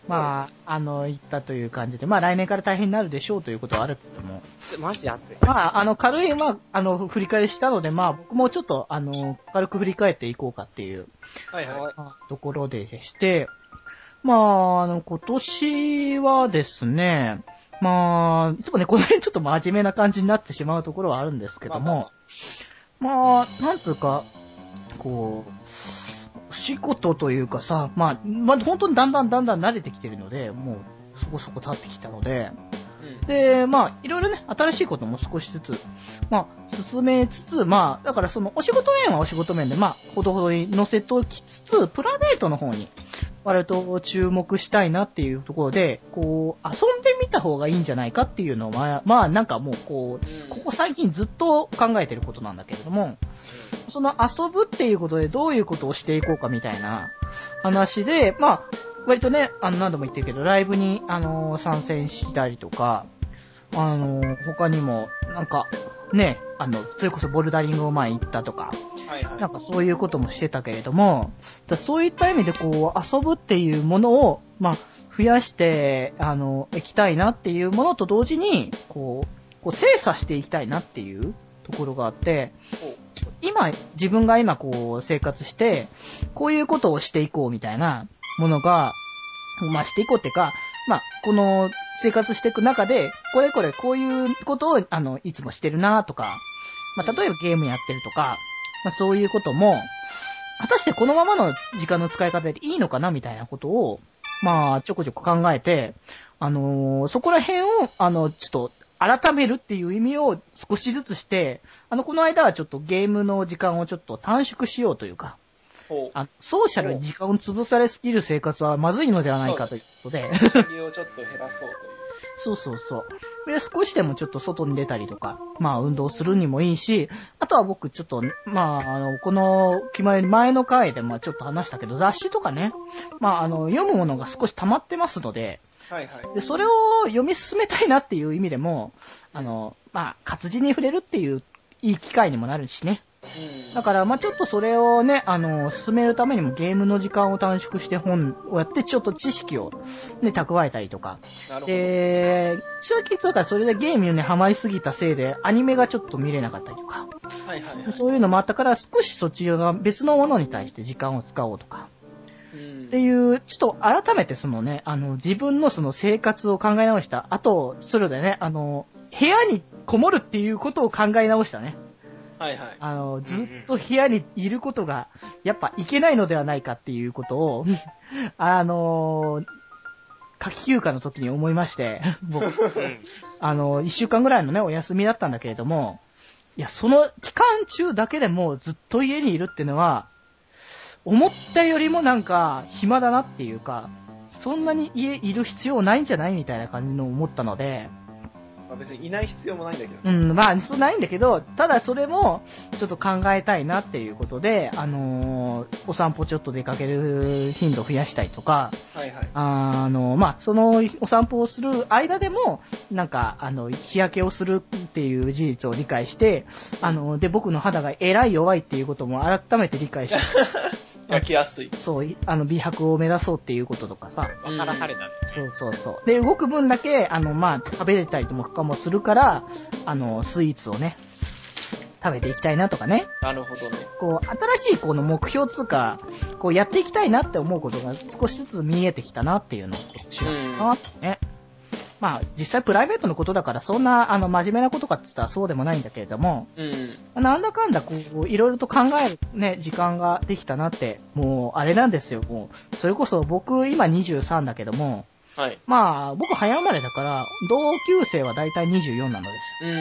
Speaker 1: まあ、あの、行ったという感じで、まあ、来年から大変になるでしょうということはあるけども、
Speaker 3: マジで熱い。
Speaker 1: まあ、あの、軽い、まあ、あの、振り返りしたので、まあ、僕もちょっと、あの、軽く振り返っていこうかっていう
Speaker 2: はいはい。
Speaker 1: ところでして、まあ、あの、今年はですね、まあ、いつもね、この辺ちょっと真面目な感じになってしまうところはあるんですけども、まあ、なんつうか、こう、仕事というかさ、まあ、まあ、本当にだんだんだんだん慣れてきてるので、もう、そこそこ経ってきたので、
Speaker 2: うん
Speaker 1: で、まあ、いろいろね、新しいことも少しずつ、まあ、進めつつ、まあ、だからその、お仕事面はお仕事面で、まあ、ほどほどに乗せときつつ、プライベートの方に、割と注目したいなっていうところで、こう、遊んでみた方がいいんじゃないかっていうのは、まあ、まあ、なんかもう、こう、ここ最近ずっと考えてることなんだけれども、その遊ぶっていうことでどういうことをしていこうかみたいな話で、まあ、割とね、あの、何度も言ってるけど、ライブに、あのー参戦したりとか、あのー他にも、なんか、ね、あの、それこそボルダリングを前行ったとか、
Speaker 2: はいはい。
Speaker 1: なんかそういうこともしてたけれども、だそういった意味でこう、遊ぶっていうものを、まあ、増やして、あの、いきたいなっていうものと同時に、こう、こう精査していきたいなっていうところがあって、今、自分が今こう生活して、こういうことをしていこうみたいなものが、まあしていこうっていうか、まあこの生活していく中で、これこれこういうことを、あの、いつもしてるなとか、まあ例えばゲームやってるとか、まあそういうことも、果たしてこのままの時間の使い方でいいのかなみたいなことを、まあちょこちょこ考えて、あのーそこら辺を、あの、ちょっと、改めるっていう意味を少しずつして、あの、この間はちょっとゲームの時間をちょっと短縮しようというか、
Speaker 2: ほう。
Speaker 1: あのソーシャルに時間を潰されすぎる生活はまずいのではないかということで、
Speaker 2: 国をちょっと減らそうという。
Speaker 1: そうそうそう。で、少しでもちょっと外に出たりとか、まあ運動するにもいいし、あとは僕ちょっと、まあ、あの、この、決まり前の回でまあちょっと話したけど、雑誌とかね、まああの、読むものが少し溜まってますので、
Speaker 2: はいはい。
Speaker 1: で、それを読み進めたいなっていう意味でも、あの、まあ、活字に触れるっていう、いい機会にもなるしね。だから、まあ、ちょっとそれをね、あの、進めるためにもゲームの時間を短縮して本をやって、ちょっと知識をね、蓄えたりとか。
Speaker 2: なるほど。
Speaker 1: で、最近とかそれでゲームにハマりすぎたせいで、アニメがちょっと見れなかったりとか。
Speaker 2: はいはいはい。
Speaker 1: そういうのもあったから、少しそっちの別のものに対して時間を使おうとか。
Speaker 2: うん
Speaker 1: っていう、ちょっと改めてそのね、あの、自分のその生活を考え直した。あと、それでね、あの、部屋にこもるっていうことを考え直したね。
Speaker 2: はいはい。
Speaker 1: あの、ずっと部屋にいることが、やっぱいけないのではないかっていうことを、 *laughs* あの、夏季休暇の時に思いま
Speaker 2: *laughs*
Speaker 1: して、僕、あの、一週間ぐらいのね、お休みだったんだけれども、いや、その期間中だけでもずっと家にいるっていうのは、思ったよりもなんか暇だなっていうか、そんなに家いる必要ないんじゃないみたいな感じの思ったので、
Speaker 2: まあ別にいない必要もないんだけど。
Speaker 1: うん、まあ、そうないんだけど、ただそれも、ちょっと考えたいなっていうことで、あのーお散歩ちょっと出かける頻度増やしたりとか、
Speaker 2: はいはい。
Speaker 1: あの、まあ、そのお散歩をする間でも、なんか、あの、日焼けをするっていう事実を理解して、あの、で、僕の肌がえらい弱いっていうことも改めて理解して、
Speaker 2: 焼きやすい。
Speaker 1: そう、いあの、美白を目指そうっていうこととかさ、
Speaker 3: わからされたね。
Speaker 1: そうそうそう。で、動く分だけ、あの、まあ、食べれたりとかもするから、あの、スイーツをね、食べていきたいなとかね。
Speaker 2: なるほどね。
Speaker 1: こう、新しいこの目標つうか、こうやっていきたいなって思うことが少しずつ見えてきたなっていうのを知らなかったね。まあ、実際プライベートのことだから、そんな、あの、真面目なことかって言ったらそうでもないんだけれども、
Speaker 2: うん。
Speaker 1: なんだかんだこう、いろいろと考えるね、時間ができたなって、もう、あれなんですよ、もう。それこそ僕、今23だけども、
Speaker 2: はい。
Speaker 1: まあ、僕早生まれだから、同級生はだいたい24なのですよ。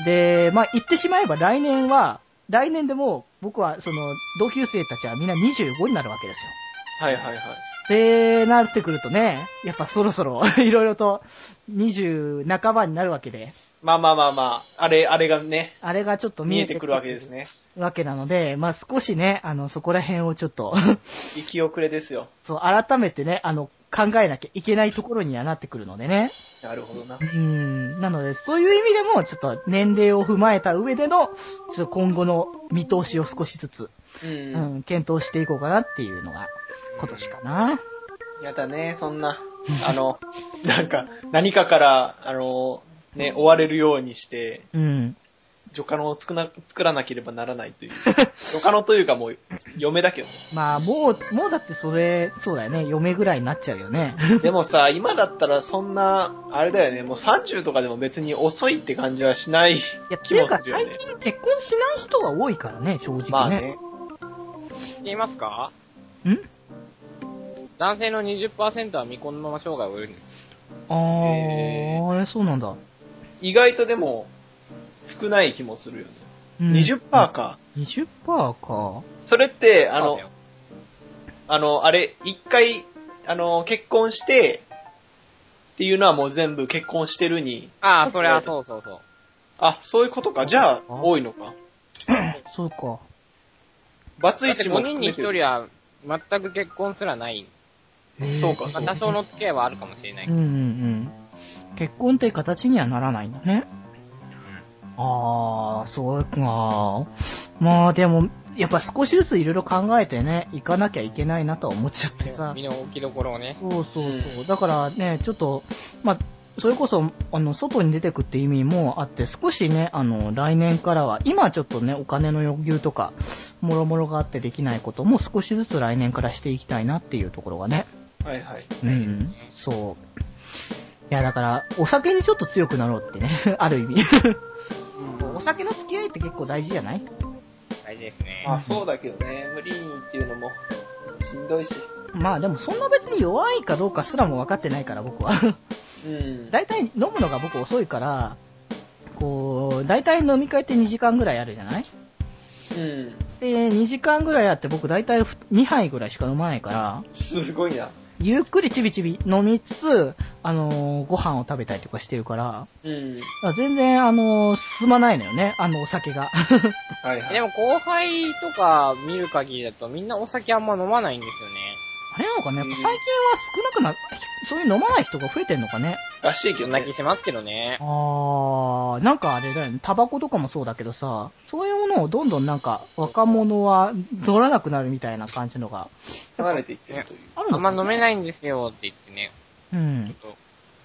Speaker 2: うん。
Speaker 1: で、まあ言ってしまえば来年は、来年でもう僕はその同級生たちはみんな25になるわけですよ。
Speaker 2: はいはいはい。
Speaker 1: で、な *laughs* ってくるとね、やっぱそろそろいろいろと20半ばになるわけで、
Speaker 2: まあまあまあまあ、あれ、あれがね、
Speaker 1: あれがちょっと
Speaker 2: 見
Speaker 1: 見え
Speaker 2: え
Speaker 1: て
Speaker 2: てくるわけです。ね。
Speaker 1: わけなので、まあ少しね、あの、そこら辺をちょっと、 *laughs*
Speaker 2: 行き遅れですよ。
Speaker 1: そう、改めてね、あの、考えなきゃいけないところにはなってくるのでね。
Speaker 2: なるほどな
Speaker 1: う。ん。なので、そういう意味でも、ちょっと年齢を踏まえた上での、ちょっと今後の見通しを少しずつ、
Speaker 2: う。
Speaker 1: うんん、検討していこうかなっていうのが、今年かな。
Speaker 2: やだね、そんな。あの、なんか、何かから、あの、ね、追われるようにして、
Speaker 1: うん。
Speaker 2: ジョカノを作な作らなければならないという。ジョカノというかもう、嫁だけどね。
Speaker 1: まあ、もう、もうだってそれ、そうだよね、嫁ぐらいになっちゃうよ *laughs* ね。
Speaker 2: でもさ、今だったらそんな、あれだよね、もう30とかでも別に遅いって感じはしない
Speaker 1: いや、って
Speaker 2: 気
Speaker 1: いう
Speaker 2: も
Speaker 1: か
Speaker 2: するよ
Speaker 1: 最
Speaker 2: ね。
Speaker 1: 近結婚しない人が多いからね、正直ね。
Speaker 2: まあね。
Speaker 3: っていますか
Speaker 1: ん
Speaker 3: 男性の20%は未婚のまま生涯を終えるんです。
Speaker 1: あー、えそうなんだ。
Speaker 2: 意外とでも、少ない気もするよね。
Speaker 1: うん
Speaker 2: 20%か。
Speaker 1: 20%か。
Speaker 2: それって、あの
Speaker 3: だよ、
Speaker 2: あの、あれ、一回、あの、結婚して、っていうのはもう全部結婚してるに、
Speaker 3: ああ、それはそうそうそう。
Speaker 2: あ、そういうことか。じゃあ、
Speaker 1: あ
Speaker 2: 多いのか。
Speaker 1: そうか。
Speaker 2: バツ
Speaker 3: だ
Speaker 2: イ
Speaker 3: って
Speaker 2: チも
Speaker 3: 5人
Speaker 2: 含
Speaker 3: に1
Speaker 2: めてる
Speaker 3: 人は全く結婚すらない。
Speaker 1: へー
Speaker 2: そうか
Speaker 3: ま
Speaker 2: そ
Speaker 3: あ
Speaker 2: う
Speaker 3: 多少の付き合いはあるかもしれないけ
Speaker 1: う
Speaker 3: ど。
Speaker 1: んうんうん。結婚って形にはならないんだね。あー、そうか。まあでも、やっぱ少しずついろいろ考えてね、行かなきゃいけないなとは思っちゃって
Speaker 3: *laughs*
Speaker 1: さ。
Speaker 3: 身の置きどころをね。
Speaker 1: そうそうそう。だからね、ちょっと、まあ、それこそ、あの、外に出てくって意味もあって、少しね、あの、来年からは、今ちょっとね、お金の余裕とか、もろもろがあってできないことも少しずつ来年からしていきたいなっていうところがね。
Speaker 2: はいはい。
Speaker 1: うん。そう。いや、だから、お酒にちょっと強くなろうってね、 *laughs* ある意味。お酒の付き合いって結構大事じゃない
Speaker 3: 大事ですね。
Speaker 2: まあそうだけどね、無理にっていうのも、しんどいし。
Speaker 1: まあでもそんな別に弱いかどうかすらも分かってないから僕は。 *laughs*
Speaker 2: うん。
Speaker 1: 大体飲むのが僕遅いから、こう、大体飲み会って2時間ぐらいあるじゃない
Speaker 2: うん。
Speaker 1: で、2時間ぐらいあって僕大体2杯ぐらいしか飲まないから、
Speaker 2: すごいな。
Speaker 1: ゆっくりちびちび飲みつつ、あのーご飯を食べたりとかしてるから、
Speaker 2: うん。
Speaker 1: だから全然、あのー進まないのよね、あのお酒が。 *laughs*
Speaker 2: はいはい。
Speaker 3: でも後輩とか見る限りだとみんなお酒あんま飲まないんですよね。
Speaker 1: あれなのかね、やっ
Speaker 2: うん
Speaker 1: ぱ最近は少なくな、そういう飲まない人が増えてんのかね。
Speaker 2: らしいけ
Speaker 3: そ
Speaker 2: ど
Speaker 3: んな
Speaker 2: ね
Speaker 3: 気。しますけどね。
Speaker 1: あー、なんかあれだよね、タバコとかもそうだけどさ、そういうものをどんどんなんか若者は取らなくなるみたいな感じのが
Speaker 2: 離れていってるという。
Speaker 1: ある
Speaker 3: あ
Speaker 1: の
Speaker 3: ん
Speaker 1: か
Speaker 3: ま
Speaker 1: な
Speaker 3: 飲めないんですよって言ってね。
Speaker 1: うん。
Speaker 3: ちょっと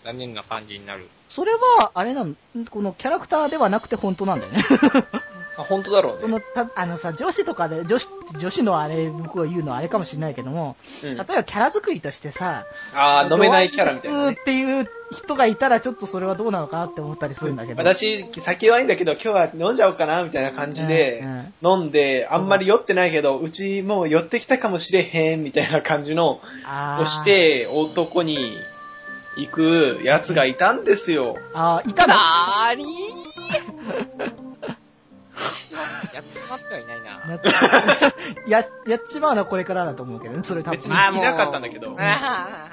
Speaker 3: 残念な感じになる。
Speaker 1: それは、あれなの、このキャラクターではなくて本当なん
Speaker 2: *laughs*
Speaker 1: だよね。
Speaker 2: あ、本当だろうね。
Speaker 1: その、た、あのさ、女子とかで、女子って、女子のあれ、僕が言うのはあれかもしれないけども、
Speaker 2: う
Speaker 1: 例え
Speaker 2: ん
Speaker 1: ばキャラ作りとしてさ、
Speaker 2: ああ、飲めないキャラみたいな、
Speaker 1: 弱
Speaker 2: ね
Speaker 1: い。ですっていう人がいたらちょっとそれはどうなのかなって思ったりするんだけど。
Speaker 2: 私、酒弱いんだけど、今日は飲んじゃおうかな、みたいな感じで、
Speaker 1: うん
Speaker 2: 飲んで、あんまり酔ってないけど、うちもう酔ってきたかもしれへん、みたいな感じの、
Speaker 1: あー
Speaker 2: をして、男に行くやつがいたんですよ。
Speaker 1: あーいたな。
Speaker 3: なーりー
Speaker 2: *laughs*
Speaker 3: やってまってはいないな。
Speaker 1: やっや、やっちまうのはこれからだと思うけどね、それ多
Speaker 2: 別
Speaker 1: 分
Speaker 2: に。いなかったんだけど
Speaker 3: あ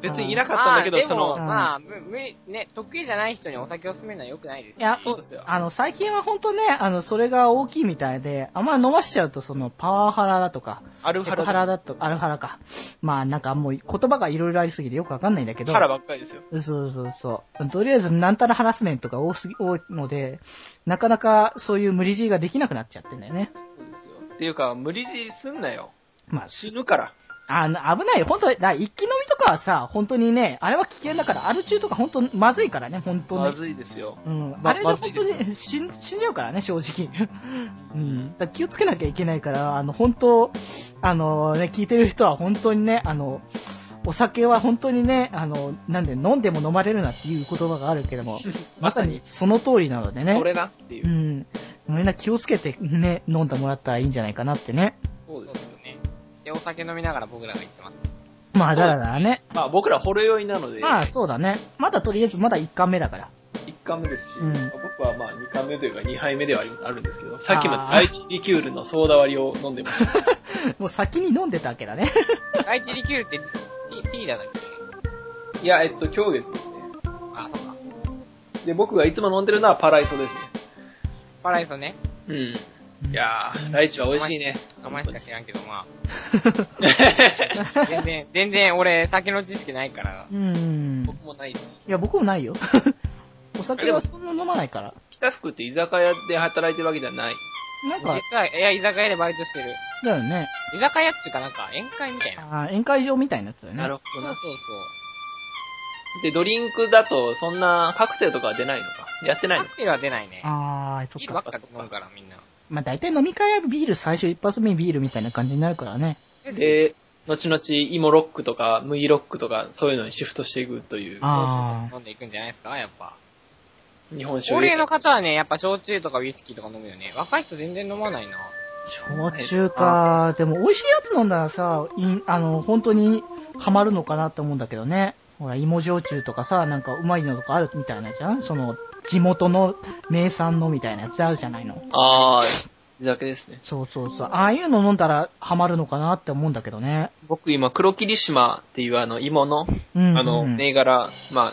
Speaker 2: 別にいな
Speaker 3: ー
Speaker 2: かったんだけ
Speaker 3: まあ
Speaker 2: ど、
Speaker 3: で
Speaker 2: そ
Speaker 3: も、
Speaker 2: の、
Speaker 3: まあ、む無理、ね、得意じゃない人にお酒を勧めるのは良くないですよ。
Speaker 1: いや
Speaker 2: そうですよ。
Speaker 1: あの、最近は本当ね、あの、それが大きいみたいで、あんま飲ましちゃうと、その、パワハラだとか、
Speaker 2: アル
Speaker 1: セ
Speaker 2: ハ
Speaker 1: ク
Speaker 2: ラ
Speaker 1: ハラだとか、アルハラか。まあ、なんかもう言葉がいろいろありすぎてよくわかんないんだけど。
Speaker 2: ハラばっかりですよ。
Speaker 1: そうそうそう。とりあえず、なんたらハラスメントが多すぎ、多いので、なかなかそういう無理強いができなくなっちゃってんだよね。
Speaker 2: そうですよ。っていうか、無理強いすんなよ。
Speaker 1: まあ、
Speaker 2: 死ぬから。
Speaker 1: あの、危ないよ。本当だから一気飲みとかはさ、本当にね、あれは危険だから、アル中とか本当まずいからね、本当に。
Speaker 2: まずいですよ。
Speaker 1: うん、
Speaker 2: ま
Speaker 1: あれで
Speaker 2: ま
Speaker 1: 本
Speaker 2: ずいで
Speaker 1: 当
Speaker 2: すよ
Speaker 1: に死ん死んじゃうからね、正直。 *laughs* うん、だから気をつけなきゃいけないから、あの、本当、あのね、聞いてる人は本当にね、あの、お酒は本当にね、あの、なんで飲んでも飲まれるなっていう言葉があるけども、 *laughs* まさにその通りなのでね。
Speaker 2: *laughs* それなっていうう。
Speaker 1: ん。みんな気をつけてね、飲んでもらったらいいんじゃないかなってね。
Speaker 2: そうで
Speaker 3: そうですす
Speaker 2: よ
Speaker 3: よ。ね。で、お酒飲みながら僕らが言ってます。
Speaker 1: まあ、だからね。
Speaker 2: まあ僕らほろ酔いなので、
Speaker 1: まあ、そうだね。まだとりあえずまだ1巻目だから。 *laughs*
Speaker 2: 1回目ですし、
Speaker 1: うん
Speaker 2: 僕はまあ2回目というか2杯目ではあるんですけど、さっきまで第一リキュールのソーダ割りを飲んで
Speaker 1: *laughs*
Speaker 2: ました。
Speaker 1: もう先に飲んでたわけだね。
Speaker 3: 第一リキュールってティティーダだっけ
Speaker 2: いや、えっと、今日ですね。
Speaker 3: あ、そうか。
Speaker 2: で、僕がいつも飲んでるのはパライソですね。
Speaker 3: パライソね。
Speaker 2: うん。いやー、ライチは美味しいね。
Speaker 3: 名前しか知らんけど、まあ。全然、 *laughs* 全然俺、酒の知識ないから。
Speaker 1: うん。
Speaker 2: 僕もないです。
Speaker 1: いや、僕もない
Speaker 2: *laughs*
Speaker 1: よ。お酒はそんな飲まないから。
Speaker 2: 北福って居酒屋で働いてるわけではない。
Speaker 1: なんか、
Speaker 3: 実は、いや、居酒屋でバイトしてる。
Speaker 1: だよね。
Speaker 3: 居酒屋っちゅうかなんか、宴会みたいな。
Speaker 1: あー宴会場みたいなやつだよね。
Speaker 2: なる
Speaker 1: ほ
Speaker 2: ほ
Speaker 3: そう
Speaker 2: ど
Speaker 3: そう
Speaker 2: な。
Speaker 3: そ。
Speaker 2: で、ドリンクだと、そんなカクテルとかは出ないのか。やってないうの
Speaker 3: カクテルは出ないね。
Speaker 1: あー、そ
Speaker 3: ビ
Speaker 1: っ
Speaker 3: ールば
Speaker 1: か
Speaker 3: っ。か飲むから、みんな。
Speaker 1: まあ大体飲み会はビール最初一発目ビールみたいな感じになるからね。
Speaker 2: で、後々、イモロックとか、ムイロックとか、そういうのにシフトしていくという、
Speaker 1: あ
Speaker 3: 飲んでいくんじゃないですか、やっぱ。
Speaker 2: 日本酒
Speaker 3: 高齢の方はね、やっぱ焼酎とかウイスキーとか飲むよね。若い人全然飲まないな。
Speaker 1: ー、焼酎か。でも美味しいやつ飲んだらさ、いんあの、本当にハマるのかなって思うんだけどね。ほら、芋焼酎とかさ、なんかうまいのとかあるみたいなじゃんその、地元の名産のみたいなやつあるじゃないの。
Speaker 2: ああ、地酒ですね。
Speaker 1: そうそうそう。ああいうの飲んだらハマるのかなって思うんだけどね。
Speaker 2: 僕今、黒霧島っていうあの、芋の、
Speaker 1: うん、うん。
Speaker 2: あの、銘柄、まあ、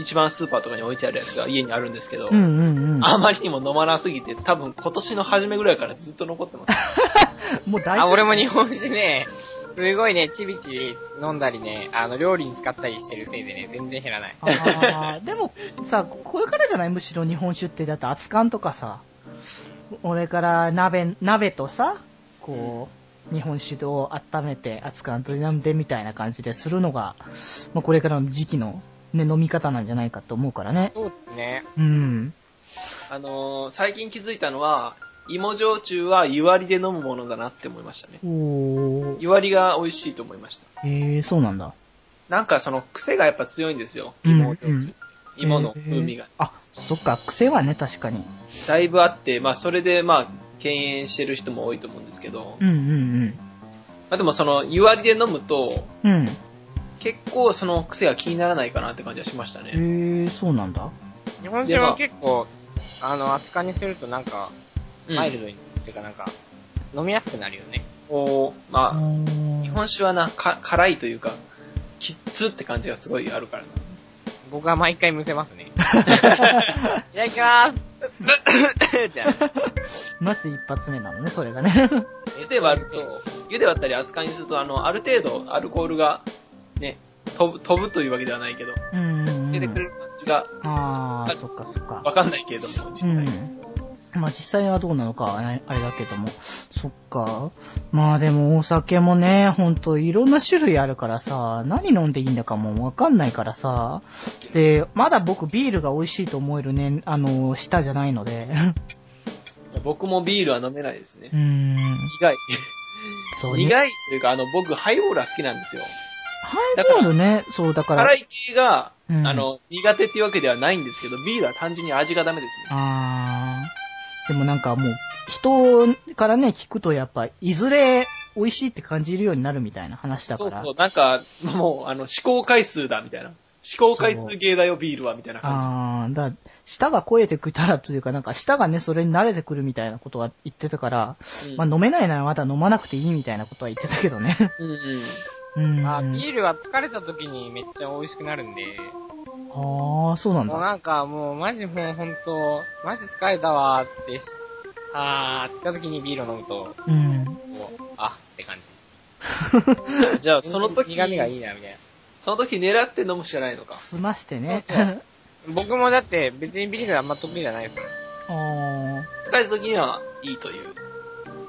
Speaker 2: 一番スーパーとかに置いてあるやつが家にあるんですけど、
Speaker 1: うんうんうん。
Speaker 2: あまりにも飲まなすぎて、多分今年の初めぐらいからずっと残ってます。
Speaker 1: もう大丈
Speaker 3: あ、
Speaker 1: 夫。
Speaker 3: 俺も日本酒ね、すごいね、ちびちび飲んだりね、あの、料理に使ったりしてるせいでね、全然減らない。
Speaker 1: あーでもさ、これからじゃないむしろ日本酒って、だって熱燗とかさ、俺から鍋、鍋とさ、こう、日本酒を温めて熱燗と飲んでみたいな感じでするのが、まあ、これからの時期の、ね、飲み方なんじゃないかと思うからね。
Speaker 3: そうですね。
Speaker 1: うん。
Speaker 2: あのー最近気づいたのは、芋焼酎は湯割りで飲むものだなって思いましたね。
Speaker 1: おー。
Speaker 2: 湯割りが美味しいと思いました。
Speaker 1: えー、そうなんだ。
Speaker 2: なんかその癖がやっぱ強いんですよ。
Speaker 1: うん
Speaker 2: 芋焼酎。
Speaker 1: うん
Speaker 2: 芋の風味が
Speaker 1: えー。あ、そっか、癖はね、確かに。
Speaker 2: だいぶあって、まあそれでまあ、敬遠してる人も多いと思うんですけど、
Speaker 1: うんうん
Speaker 2: まあでもその湯割りで飲むと、
Speaker 1: うん。うん。
Speaker 2: 結構その癖が気にならないかなって感じはしました
Speaker 1: え
Speaker 2: ね。
Speaker 1: ー、そうなんだ。
Speaker 3: 日本酒は結構、あの、熱燗にするとなんか、
Speaker 2: うん
Speaker 3: マイルドに、っていうかなんか、飲みやすくなるよね。
Speaker 2: こう、まあ、
Speaker 1: 日
Speaker 2: 日本酒はな、か辛いというか、キッツって感じがすごいあるからな。
Speaker 3: 僕は毎回むせます
Speaker 1: *laughs*
Speaker 3: ね。い *laughs* ただきます *laughs* ってなる
Speaker 1: まず一発目なのね、それがね。
Speaker 2: 湯で割ると、湯で割ったり扱いにすると、あの、ある程度アルコールが、ね、飛ぶ、飛ぶというわけではないけど、
Speaker 1: うんうんうん。
Speaker 2: 出てくれる感じが
Speaker 1: ああ、そっかそっ
Speaker 2: わ
Speaker 1: か。
Speaker 2: かんないけれども、実
Speaker 1: う
Speaker 2: 際。
Speaker 1: ん。まあ実際はどうなのかはねあれだけども。そっか。まあでもお酒もね、ほんといろんな種類あるからさ、何飲んでいいんだかもわかんないからさ。で、まだ僕ビールが美味しいと思えるね、あの、舌じゃないので。 *laughs*
Speaker 2: 僕もビールは飲めないですね
Speaker 1: う。ん。
Speaker 2: 苦い。
Speaker 1: そうね。
Speaker 2: 苦いというか、あの、僕、ハイボールは好きなんですよ。
Speaker 1: ハイボールね、そうだから。
Speaker 2: 辛い系が、
Speaker 1: うん
Speaker 2: あの、苦手っていうわけではないんですけど、ビールは単純に味がダメですね。
Speaker 1: あー。でもなんかもう、人からね、聞くとやっぱ、いずれ美味しいって感じるようになるみたいな話だか
Speaker 2: そう
Speaker 1: ら。
Speaker 2: そう、なんか、もう、あの、試行回数だ、みたいな。試行回数芸だよ、ビールは、みたいな感
Speaker 1: ああ、だ、舌が肥えてくたらというか、なんか舌がね、それに慣れてくるみたいなことは言ってたから、
Speaker 2: じ。うん
Speaker 1: まあ飲めないならまだ飲まなくていいみたいなことは言ってたけど
Speaker 2: *laughs*
Speaker 1: ね。
Speaker 2: うんうん
Speaker 1: うん。
Speaker 3: あ、ビ
Speaker 1: あ
Speaker 3: ールは疲れた時にめっちゃ美味しくなるんで、
Speaker 1: あ、そうなん
Speaker 3: もう
Speaker 1: だ。
Speaker 3: なんかもうマジもうほんと、マジ疲れたわーってし、あーって言った時にビールを飲むと、
Speaker 1: うん。
Speaker 3: こう、あって感
Speaker 1: *laughs*
Speaker 3: じ。
Speaker 2: じゃあ、その時、
Speaker 3: 苦味がいいな、みたいな。
Speaker 2: その時狙って飲むしかないのか。
Speaker 1: 済ましてね。
Speaker 3: そうそう僕もだって別にビールはあんま得意じゃないですから
Speaker 1: あ
Speaker 2: 疲れた時には、いいという。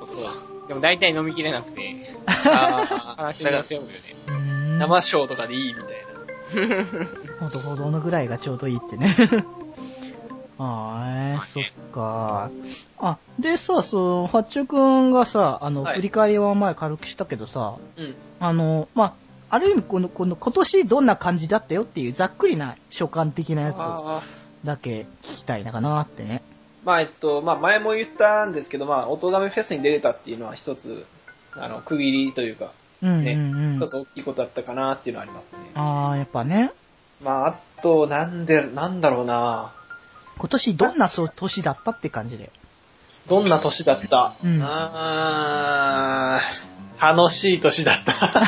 Speaker 2: ことだ。
Speaker 3: でも大体飲みきれなくて、
Speaker 2: あー
Speaker 3: 話
Speaker 2: だか
Speaker 3: に寄
Speaker 2: ら、
Speaker 3: せようよね。
Speaker 1: あ、うん。
Speaker 2: 生章とかでいいみたい
Speaker 1: ほどほどのぐらいがちょうどいいってね。 *laughs* はーい、そっか。あ、でさ、その、八中くんがさ、あの、
Speaker 2: はい
Speaker 1: 振り返りは前軽くしたけどさ、
Speaker 2: な。うん。
Speaker 1: あの、まあ、ある意味この、この今年どんな感じだったよっていうざっくりな所感的なやつ
Speaker 2: あー
Speaker 1: だけ聞きたいなかなってね。
Speaker 2: まあ、えっと、まあ、前も言ったんですけど、まあ、音亀フェスに出れたっていうのは一つ、あの、区切りというか、
Speaker 1: うんうん
Speaker 2: ね、
Speaker 1: うん。
Speaker 2: 一つ大きいことだったかなっていうのはありますね。
Speaker 1: ああ、やっぱね、
Speaker 2: まあ、あと、なんで、なんだろうな
Speaker 1: 今年どんなそう年だったって感じで。
Speaker 2: どんな年だった、
Speaker 1: うん
Speaker 2: あー、楽しい年だった。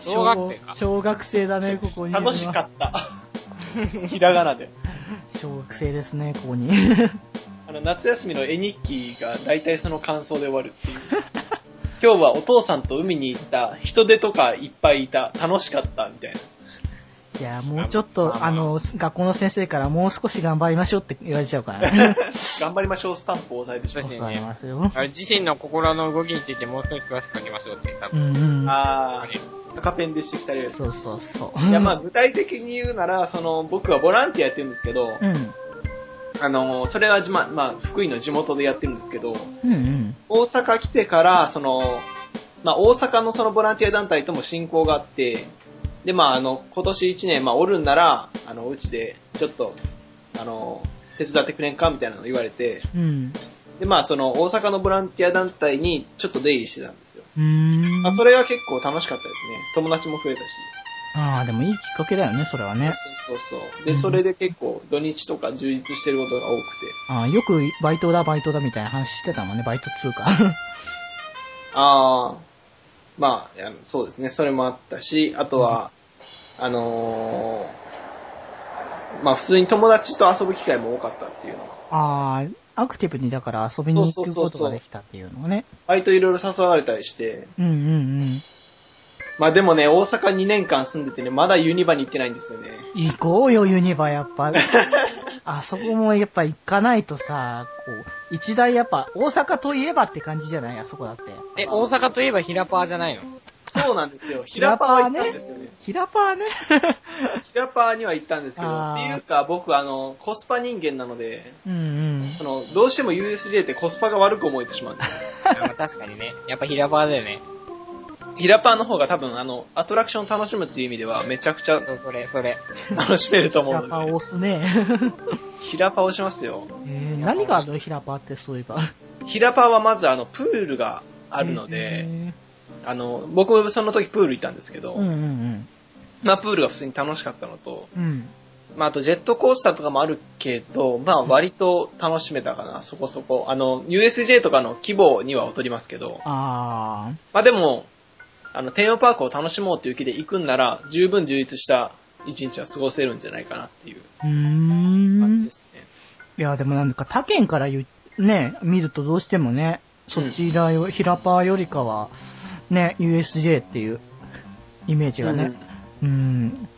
Speaker 3: 小学生か
Speaker 1: 小小学生だね、ここにいるのは。
Speaker 2: 楽しかった。ひらがなで。
Speaker 1: 小学生ですね、ここに。
Speaker 2: あの、夏休みの絵日記が大体その感想で終わるっていう。今日はお父さんと海に行った、人手とかいっぱいいた、楽しかった、みたいな。
Speaker 1: いや、もうちょっ
Speaker 3: まあ
Speaker 1: と、
Speaker 3: まあ
Speaker 1: あの、学校の先生からもう少し頑張りましょうって言われちゃうからね。
Speaker 2: 頑張りましょう、スタンプを押さえてしま
Speaker 3: そ
Speaker 2: う
Speaker 3: うで。すね
Speaker 1: 教わりますよ。
Speaker 3: あの自身の心の動きについてもう少し詳しく書きましょうって、多
Speaker 1: う
Speaker 3: 分。
Speaker 1: んうん。
Speaker 2: あー、赤ペンでしてきたり。
Speaker 1: そうそうそう。
Speaker 2: いや、まあ、具体的に言うなら、その、僕はボランティアやってるんですけど
Speaker 1: う、ん。
Speaker 2: あの、それはじま、まあ、福井の地元でやってるんですけど、
Speaker 1: うんうん。
Speaker 2: 大阪来てから、その、まあ、大阪のそのボランティア団体とも親交があって、で、まあ、あの、今年1年、まあ、おるんなら、あの、うちで、ちょっと、あの、手伝ってくれんかみたいなの言われて、
Speaker 1: うん。
Speaker 2: で、まあ、その、大阪のボランティア団体にちょっと出入りしてたんですよ。
Speaker 1: うーん。
Speaker 2: まあ、それが結構楽しかったですね。友達も増えたし。
Speaker 1: ああ、でもいいきっかけだよね、それはね。
Speaker 2: そうそうそう。で、それで結構、土日とか充実してることが多くて、
Speaker 1: ああ、よくバイトだ、バイトだみたいな話してたもんね、バイト通貨。
Speaker 2: ああ、まあいや、そうですね、それもあったし、あとは、あのーまあ普通に友達と遊ぶ機会も多かったっていうのが。
Speaker 1: ああ、アクティブにだから遊びに行くことができたっていうのね。
Speaker 2: 割といろいろ誘われたりして、
Speaker 1: うんうんうん。
Speaker 2: まあでもね、大阪2年間住んでてね、まだユニバに行ってないんですよね。
Speaker 1: 行こうよ、ユニバ、やっぱ。あそこもやっぱ行かないとさ、こう、一大やっぱ、大阪といえばって感じじゃないあそこだって。
Speaker 3: え、大阪といえばヒラパーじゃないの
Speaker 2: そうなんです *laughs* よ。
Speaker 1: ひ
Speaker 2: ひ
Speaker 1: ら
Speaker 2: ら
Speaker 1: パ
Speaker 2: パ
Speaker 1: ー
Speaker 2: ー
Speaker 1: は
Speaker 2: は
Speaker 1: ね
Speaker 2: 行ったんですよね。
Speaker 1: キラパーね。
Speaker 2: ひらパーには行ったんですけど、
Speaker 1: あー
Speaker 2: っていうか僕あの、コスパ人間なので、
Speaker 1: *laughs* うんうん。
Speaker 2: その、どうしても USJ ってコスパが悪く思えてしまうん *laughs* ですよ。
Speaker 3: あまあ確かにね。やっぱヒラパーだよね。
Speaker 2: ひらパーの方が多分あの、アトラクションを楽しむっていう意味ではめちゃくちゃ
Speaker 3: そうそれ、それ。
Speaker 2: 楽しめると
Speaker 1: キ
Speaker 2: 思う
Speaker 1: ラパ
Speaker 2: の
Speaker 1: ー
Speaker 2: で。
Speaker 1: 押すね。
Speaker 2: ヒラパをしますよ。
Speaker 1: えー、何があるのヒラパーってそういえば。
Speaker 2: ヒラパはまずあの、プールがあるので、
Speaker 1: え
Speaker 2: あの、僕その時プール行ったんですけ
Speaker 1: ー
Speaker 2: ど、
Speaker 1: うんうん
Speaker 2: まあプールが普通に楽しかったのと、
Speaker 1: うん。うん。
Speaker 2: まああとジェットコースターとかもあるけど、まあ割と楽しめたかな、そこそこ。あの、USJ とかの規模には劣りますけど、
Speaker 1: あ
Speaker 2: まあでも、あの、テーマパークを楽しもうという気で行くんなら、十分充実した一日は過ごせるんじゃないかなっていう
Speaker 1: ー。うー
Speaker 2: 感じ
Speaker 1: ん
Speaker 2: で。すね。
Speaker 1: いや、でもなんか他県から言う、ね、見るとどうしてもね、そちらよ、ヒラパーよりかは、ね、USJ っていうイメージがね。うん。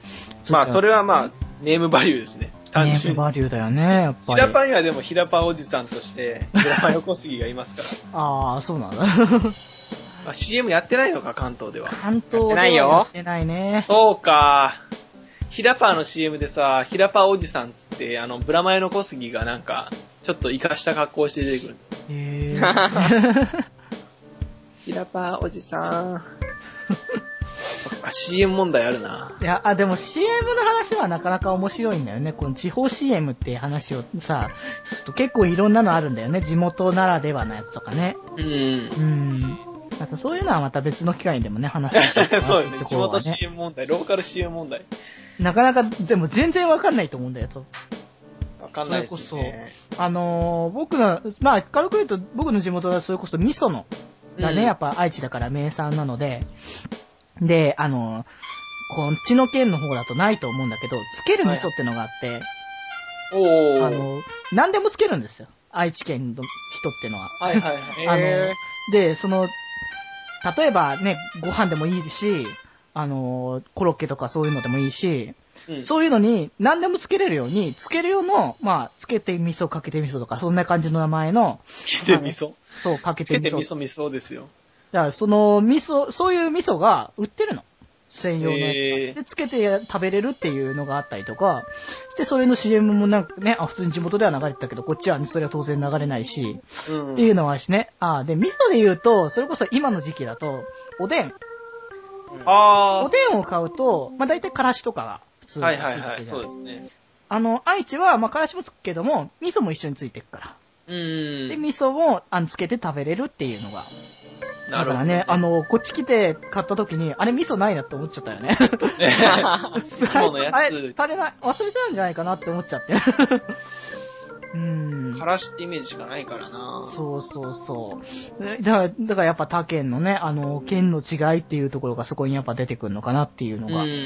Speaker 2: まあそ
Speaker 1: れ
Speaker 2: れはまあ、ネームバリューですね。
Speaker 1: 単
Speaker 2: 単純
Speaker 1: 純
Speaker 2: に。
Speaker 1: バリューだよね、やっぱ
Speaker 2: ひ
Speaker 1: り。
Speaker 2: らパンにはでもひらパンおじさんとして、ひらパン横杉がいますか
Speaker 1: ああ、そうなんだ。
Speaker 2: ら。 *laughs* まあ、CM やってないのか、関東では。
Speaker 1: 関東では
Speaker 3: ないよ
Speaker 1: やってないね。
Speaker 2: そうか。ひらパーの CM でさ、ひらパーおじさんっつって、あの、ブラマヨの小杉がなんか、ちょっと生かした格好をして出てくる。
Speaker 1: えー、
Speaker 2: ひらパーおじさ *laughs* ん。あ CM 問題あるな。
Speaker 1: いや、あ、でも CM の話はなかなか面白いんだよね。この地方 CM っていう話をさ、すると結構いろんなのあるんだよね。地元ならではのやつとかね。
Speaker 2: うん。
Speaker 1: うん。またそういうのはまた別の機会でもね、話していこ
Speaker 2: *laughs* *laughs* そう
Speaker 1: う
Speaker 2: で
Speaker 1: かなって。と
Speaker 2: すね地
Speaker 1: ころ
Speaker 2: 元
Speaker 1: はね。
Speaker 2: CM 問題、ローカル CM 問題。
Speaker 1: なかなか、でも全然わかんないと思うんだよ、と。
Speaker 2: わかんないですね。
Speaker 1: それこあのー僕の、まあ、軽く言うと、僕の地元はそれこそ味噌の、がね、
Speaker 2: うん
Speaker 1: やっぱ愛知だから名産なので、で、あのーこっちの県の方だとないと思うんだけど、つける味噌ってのがあって、
Speaker 2: おー。
Speaker 1: あの、何でもつけるんですよ。愛知県の人ってのは。
Speaker 2: はいはいはい。
Speaker 1: あ
Speaker 3: へ
Speaker 1: の、で、その、例えばね、ご飯でもいいし、あの、コロッケとかそういうのでもいいし、
Speaker 2: うん
Speaker 1: そういうのに何でもつけれるように、つける用の、まあ、つけて味噌、かけて味噌とか、そんな感じの名前の、
Speaker 2: つけて味噌。
Speaker 1: そう、かけ
Speaker 2: つけ
Speaker 1: て
Speaker 2: て
Speaker 1: 味
Speaker 2: 味
Speaker 1: 噌。
Speaker 2: 噌味噌ですよ。
Speaker 1: だから、その味噌、そういう味噌が売ってるの。専用のやつが。
Speaker 2: へー
Speaker 1: で、つけて食べれるっていうのがあったりとか、して、それの CM もなんかね、あ、普通に地元では流れてたけど、こっちはね、それは当然流れないし、
Speaker 2: うん
Speaker 1: っていうのはしね。あーで、味噌で言うと、それこそ今の時期だと、おでん。
Speaker 2: あ
Speaker 1: おでんを買うと、まあ大体からしとかが普通
Speaker 2: あ。
Speaker 1: に
Speaker 2: はいは
Speaker 1: つい
Speaker 2: い
Speaker 1: てく
Speaker 2: は
Speaker 1: る
Speaker 2: い。
Speaker 1: じゃな
Speaker 2: そ
Speaker 1: いう
Speaker 2: ですね。
Speaker 1: あの、愛知は、まあからしもつくけども、味噌も一緒についてくから。
Speaker 2: うん。
Speaker 1: で、味噌も、あの、つけて食べれるっていうのが。だ
Speaker 2: な
Speaker 1: か
Speaker 2: るほ
Speaker 1: ら
Speaker 2: ど
Speaker 1: ね、あの、こっち来て買った時に、あれ味噌ないなって思っちゃったよ
Speaker 2: *laughs*
Speaker 1: ね。 *laughs*
Speaker 2: ね
Speaker 1: あいつ
Speaker 2: ものやつ
Speaker 1: *laughs* あれ、足りない、忘れてたんじゃないかなって思っちゃって。うーん。うん
Speaker 2: からしってイメージしかないからな。
Speaker 1: そうそうそう。えだから、だからやっぱ他県のね、あの、県の違いっていうところがそこにやっぱ出てくるのかなっていうの
Speaker 2: う
Speaker 1: が、
Speaker 2: ん。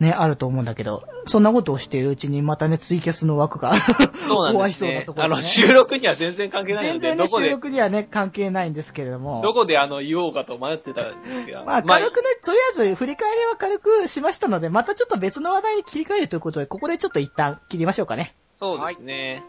Speaker 1: ね、あると思うんだけど、そんなことをしているうちにまたね、ツイキャスの枠が *laughs*
Speaker 2: そうなんです、ね。
Speaker 1: 終わりそうなところ
Speaker 2: あ
Speaker 1: ね
Speaker 2: の、収録には全然関係ないので、
Speaker 1: 全然
Speaker 2: ど
Speaker 1: ね、
Speaker 2: こ
Speaker 1: 収
Speaker 2: で、
Speaker 1: 録にはね、関係ないんですけれども。
Speaker 2: どこであの、言おうかと迷ってたんですけど。
Speaker 1: まあ、軽くね、とりあえず振り返りは軽くしましたので、またちょっと別の話題に切り替えるということで、ここでちょっと一旦切りましょうかね。
Speaker 2: そうですね。